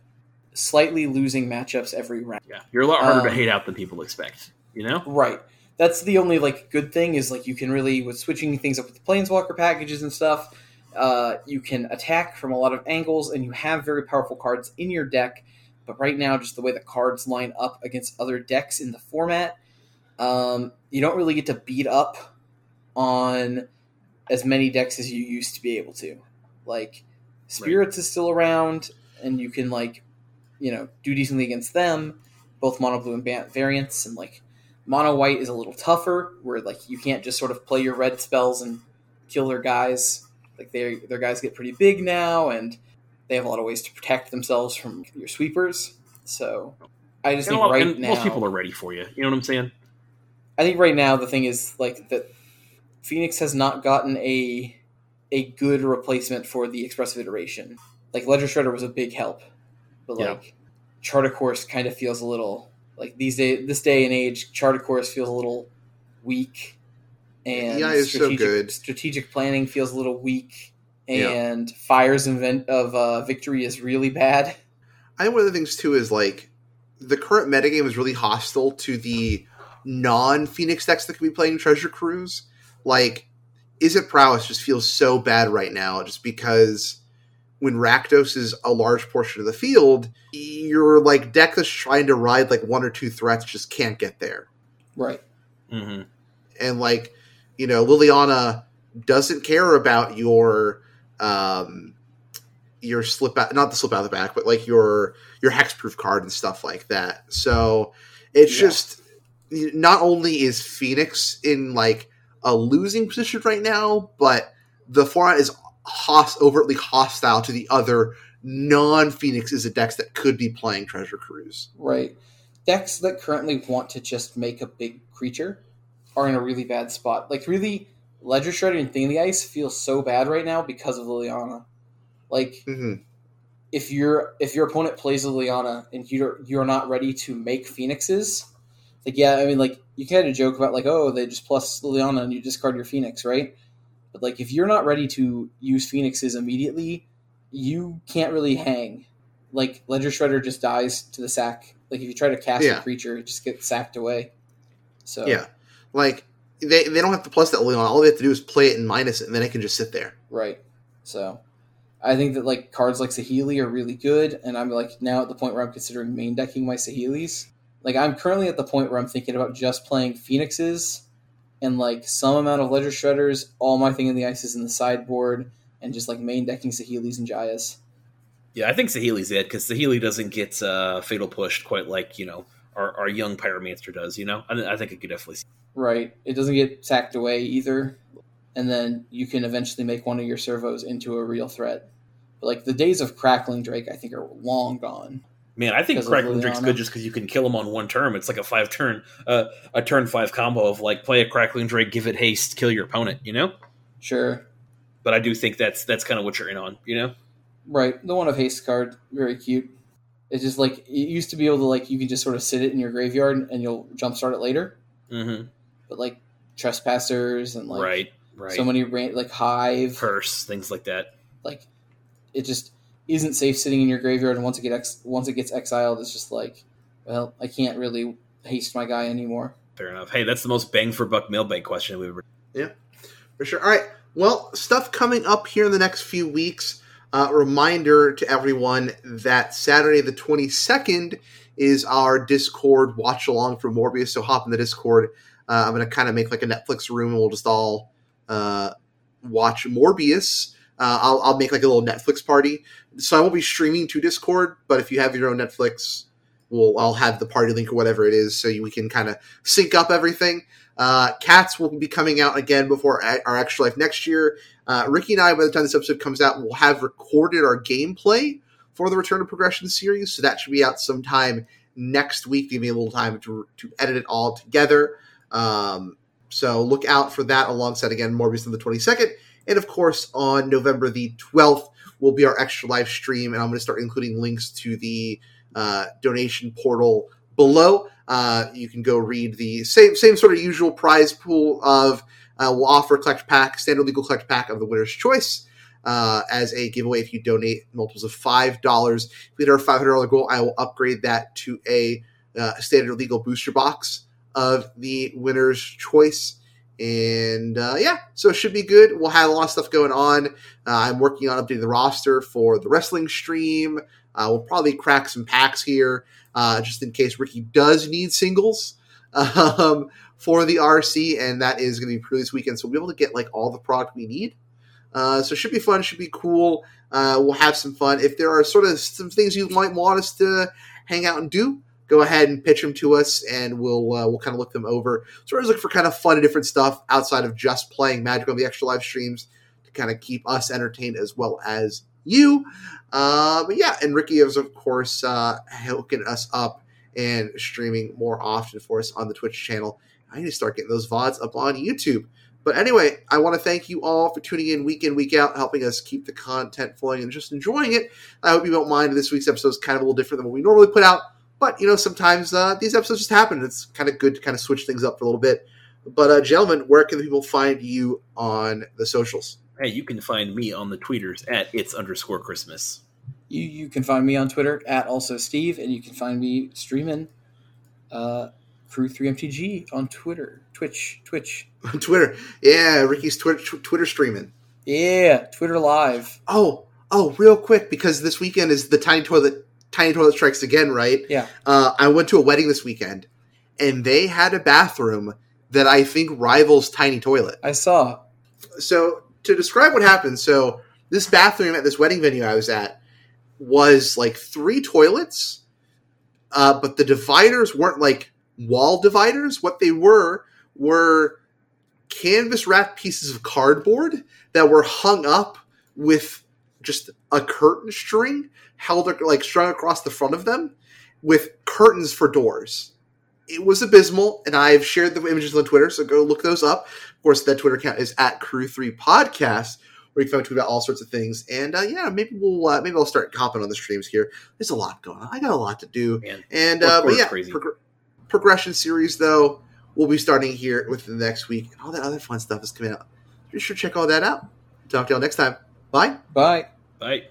slightly losing matchups every round
Yeah, you're a lot harder to
Um,
hate out than people expect. You know,
right that's the only like good thing is like you can really with switching things up with the planeswalker packages and stuff uh, you can attack from a lot of angles and you have very powerful cards in your deck but right now just the way the cards line up against other decks in the format um, you don't really get to beat up on as many decks as you used to be able to like spirits is still around and you can like you know do decently against them both mono blue and ban- variants and like mono white is a little tougher where like you can't just sort of play your red spells and kill their guys like their their guys get pretty big now and they have a lot of ways to protect themselves from your sweepers so i just
and, a
think
lot-
right
and
now
most people are ready for you. You know what I'm saying?
I think right now the thing is like that Phoenix has not gotten a a good replacement for the expressive iteration. Like Ledger Shredder was a big help, but
Yeah.
like Charter Course kind of feels a little like these day this day and age Charter Course feels a little weak, and
EI E is so
strategic,
good.
strategic planning feels a little weak,
Yeah.
and Fires invent of uh, Victory is really bad.
I think one of the things too is like the current metagame is really hostile to the non Phoenix decks that could be playing Treasure Cruise. Like, is it prowess just feels so bad right now, just because when Rakdos is a large portion of the field, your like deck that's trying to ride like one or two threats just can't get there.
Right.
hmm
And like, you know, Liliana doesn't care about your um your slip out not the slip out of the back, but like your your hexproof card and stuff like that. So it's
Yeah.
just not only is Phoenix in like a losing position right now, but the format is hos- overtly hostile to the other non Phoenix is a decks that could be playing Treasure Cruise.
Right. Decks that currently want to just make a big creature are in a really bad spot. Like really, Ledger Shredder and Thing of the Ice feel so bad right now because of Liliana. Like
hmm
if your if your opponent plays Liliana and you're you're not ready to make phoenixes, like yeah, I mean like you kind of joke about like oh they just plus Liliana and you discard your phoenix, right? But like if you're not ready to use phoenixes immediately, you can't really hang. Like Ledger Shredder just dies to the sack. Like if you try to cast
Yeah.
a creature, it just gets sacked away. So
Yeah. Like they, they don't have to plus that Leon. All they have to do is play it and minus it, and then it can just sit there.
Right. So I think that like cards like Sahili are really good, and I'm like now at the point where I'm considering main decking my Sahilis. Like I'm currently at the point where I'm thinking about just playing Phoenixes and like some amount of Ledger Shredders, all my thing in the ice is in the sideboard, and just like main decking Sahilis and Jayas.
Yeah, I think Sahili's it because Sahili doesn't get uh, fatal pushed quite like you know our, our young pyromancer does. You know, I, I think I could definitely see.
Right. It doesn't get sacked away either. And then you can eventually make one of your servos into a real threat. But like the days of Crackling Drake, I think, are long gone.
Man, I think
Because of
Crackling Drake's
Liliana.
good just because you can kill him on one turn. It's like a five turn, uh, a turn five combo of like play a Crackling Drake, give it haste, kill your opponent. You know,
Sure.
but I do think that's that's kind of what you're in on. You know,
Right, the one of haste card, very cute. It's just like it used to be able to like you can just sort of sit it in your graveyard and, and you'll jumpstart it later.
mm-hmm.
But like trespassers and like
right, right.
so many ran- like hive,
curse things like that.
like it just isn't safe sitting in your graveyard. And once it get ex- once it gets exiled, it's just like, well, I can't really haste my guy anymore.
Fair enough. Hey, that's the most bang for buck mailbag question we've ever.
For sure. All right. Well, stuff coming up here in the next few weeks. Uh, reminder to everyone that Saturday the 22nd is our Discord watch along for Morbius. So hop in the Discord. Uh, I'm going to kind of make like a Netflix room and we'll just all uh, watch Morbius. Uh, I'll, I'll make like a little Netflix party. So I won't be streaming to Discord, but if you have your own Netflix, we'll I'll have the party link or whatever it is so you, we can kind of sync up everything. Uh, Cats will be coming out again before a- our Extra Life next year. Uh, Ricky and I, by the time this episode comes out, will have recorded our gameplay for the Return of Progression series, so that should be out sometime next week. Give me a little time to, to edit it all together. Um, so look out for that alongside, again, Morbius on the 22nd. And of course, on November the 12th will be our Extra Life stream, and I'm going to start including links to the uh, donation portal below. Uh, you can go read the same same sort of usual prize pool of uh, we'll offer a collect pack, standard legal collect pack of the winner's choice uh, as a giveaway if you donate multiples of five dollars. If we hit our five hundred dollar goal, I will upgrade that to a uh, standard legal booster box of the winner's choice. And uh, yeah, so it should be good. We'll have a lot of stuff going on. Uh, I'm working on updating the roster for the wrestling stream. Uh, we'll probably crack some packs here uh, just in case Ricky does need singles um, for the RC, and that is going to be pretty this weekend. So we'll be able to get like all the product we need. Uh, so it should be fun, should be cool. Uh, we'll have some fun. If there are sort of some things you might want us to hang out and do, go ahead and pitch them to us, and we'll uh, we'll kind of look them over. So we're always looking for kind of fun and different stuff outside of just playing Magic on the extra live streams to kind of keep us entertained as well as you. Uh, but yeah, and Ricky is of course uh, hooking us up and streaming more often for us on the Twitch channel. I need to start getting those vods up on YouTube. But anyway, I want to thank you all for tuning in week in, week out, helping us keep the content flowing and just enjoying it. I hope you don't mind. This week's episode is kind of a little different than what we normally put out, but you know, sometimes uh, these episodes just happen. It's kind of good to kind of switch things up for a little bit. But uh, gentlemen, where can the people find you on the socials?
Hey, you can find me on the tweeters at it's underscore Christmas.
You you can find me on Twitter at also Steve, and you can find me streaming uh, Crew Three MTG on Twitter, Twitch, Twitch.
on Twitter. Yeah, Ricky's Twitter tw- Twitter streaming.
Yeah, Twitter Live.
Oh, oh, real quick because this weekend is the tiny toilet tiny toilet strikes again, right?
Yeah.
Uh, I went to a wedding this weekend, and they had a bathroom that I think rivals tiny toilet.
I saw.
so to describe what happened, so this bathroom at this wedding venue I was at was like three toilets, uh, but the dividers weren't like wall dividers. What they were were canvas wrapped pieces of cardboard that were hung up with just a curtain string held ac- like strung across the front of them with curtains for doors. It was abysmal, and I've shared the images on Twitter, so go look those up. Of course, that Twitter account is at Crew3 Podcast, where you can find tweet about all sorts of things. And uh, yeah, maybe we'll uh, maybe I'll start hopping on the streams here. There's a lot going on. I got a lot to do.
Man.
And uh, but
Workload's
yeah,
crazy.
progr- progression series though will be starting here within the next week, and all that other fun stuff is coming out. Be sure to check all that out. Talk to y'all next time. Bye.
Bye.
Bye.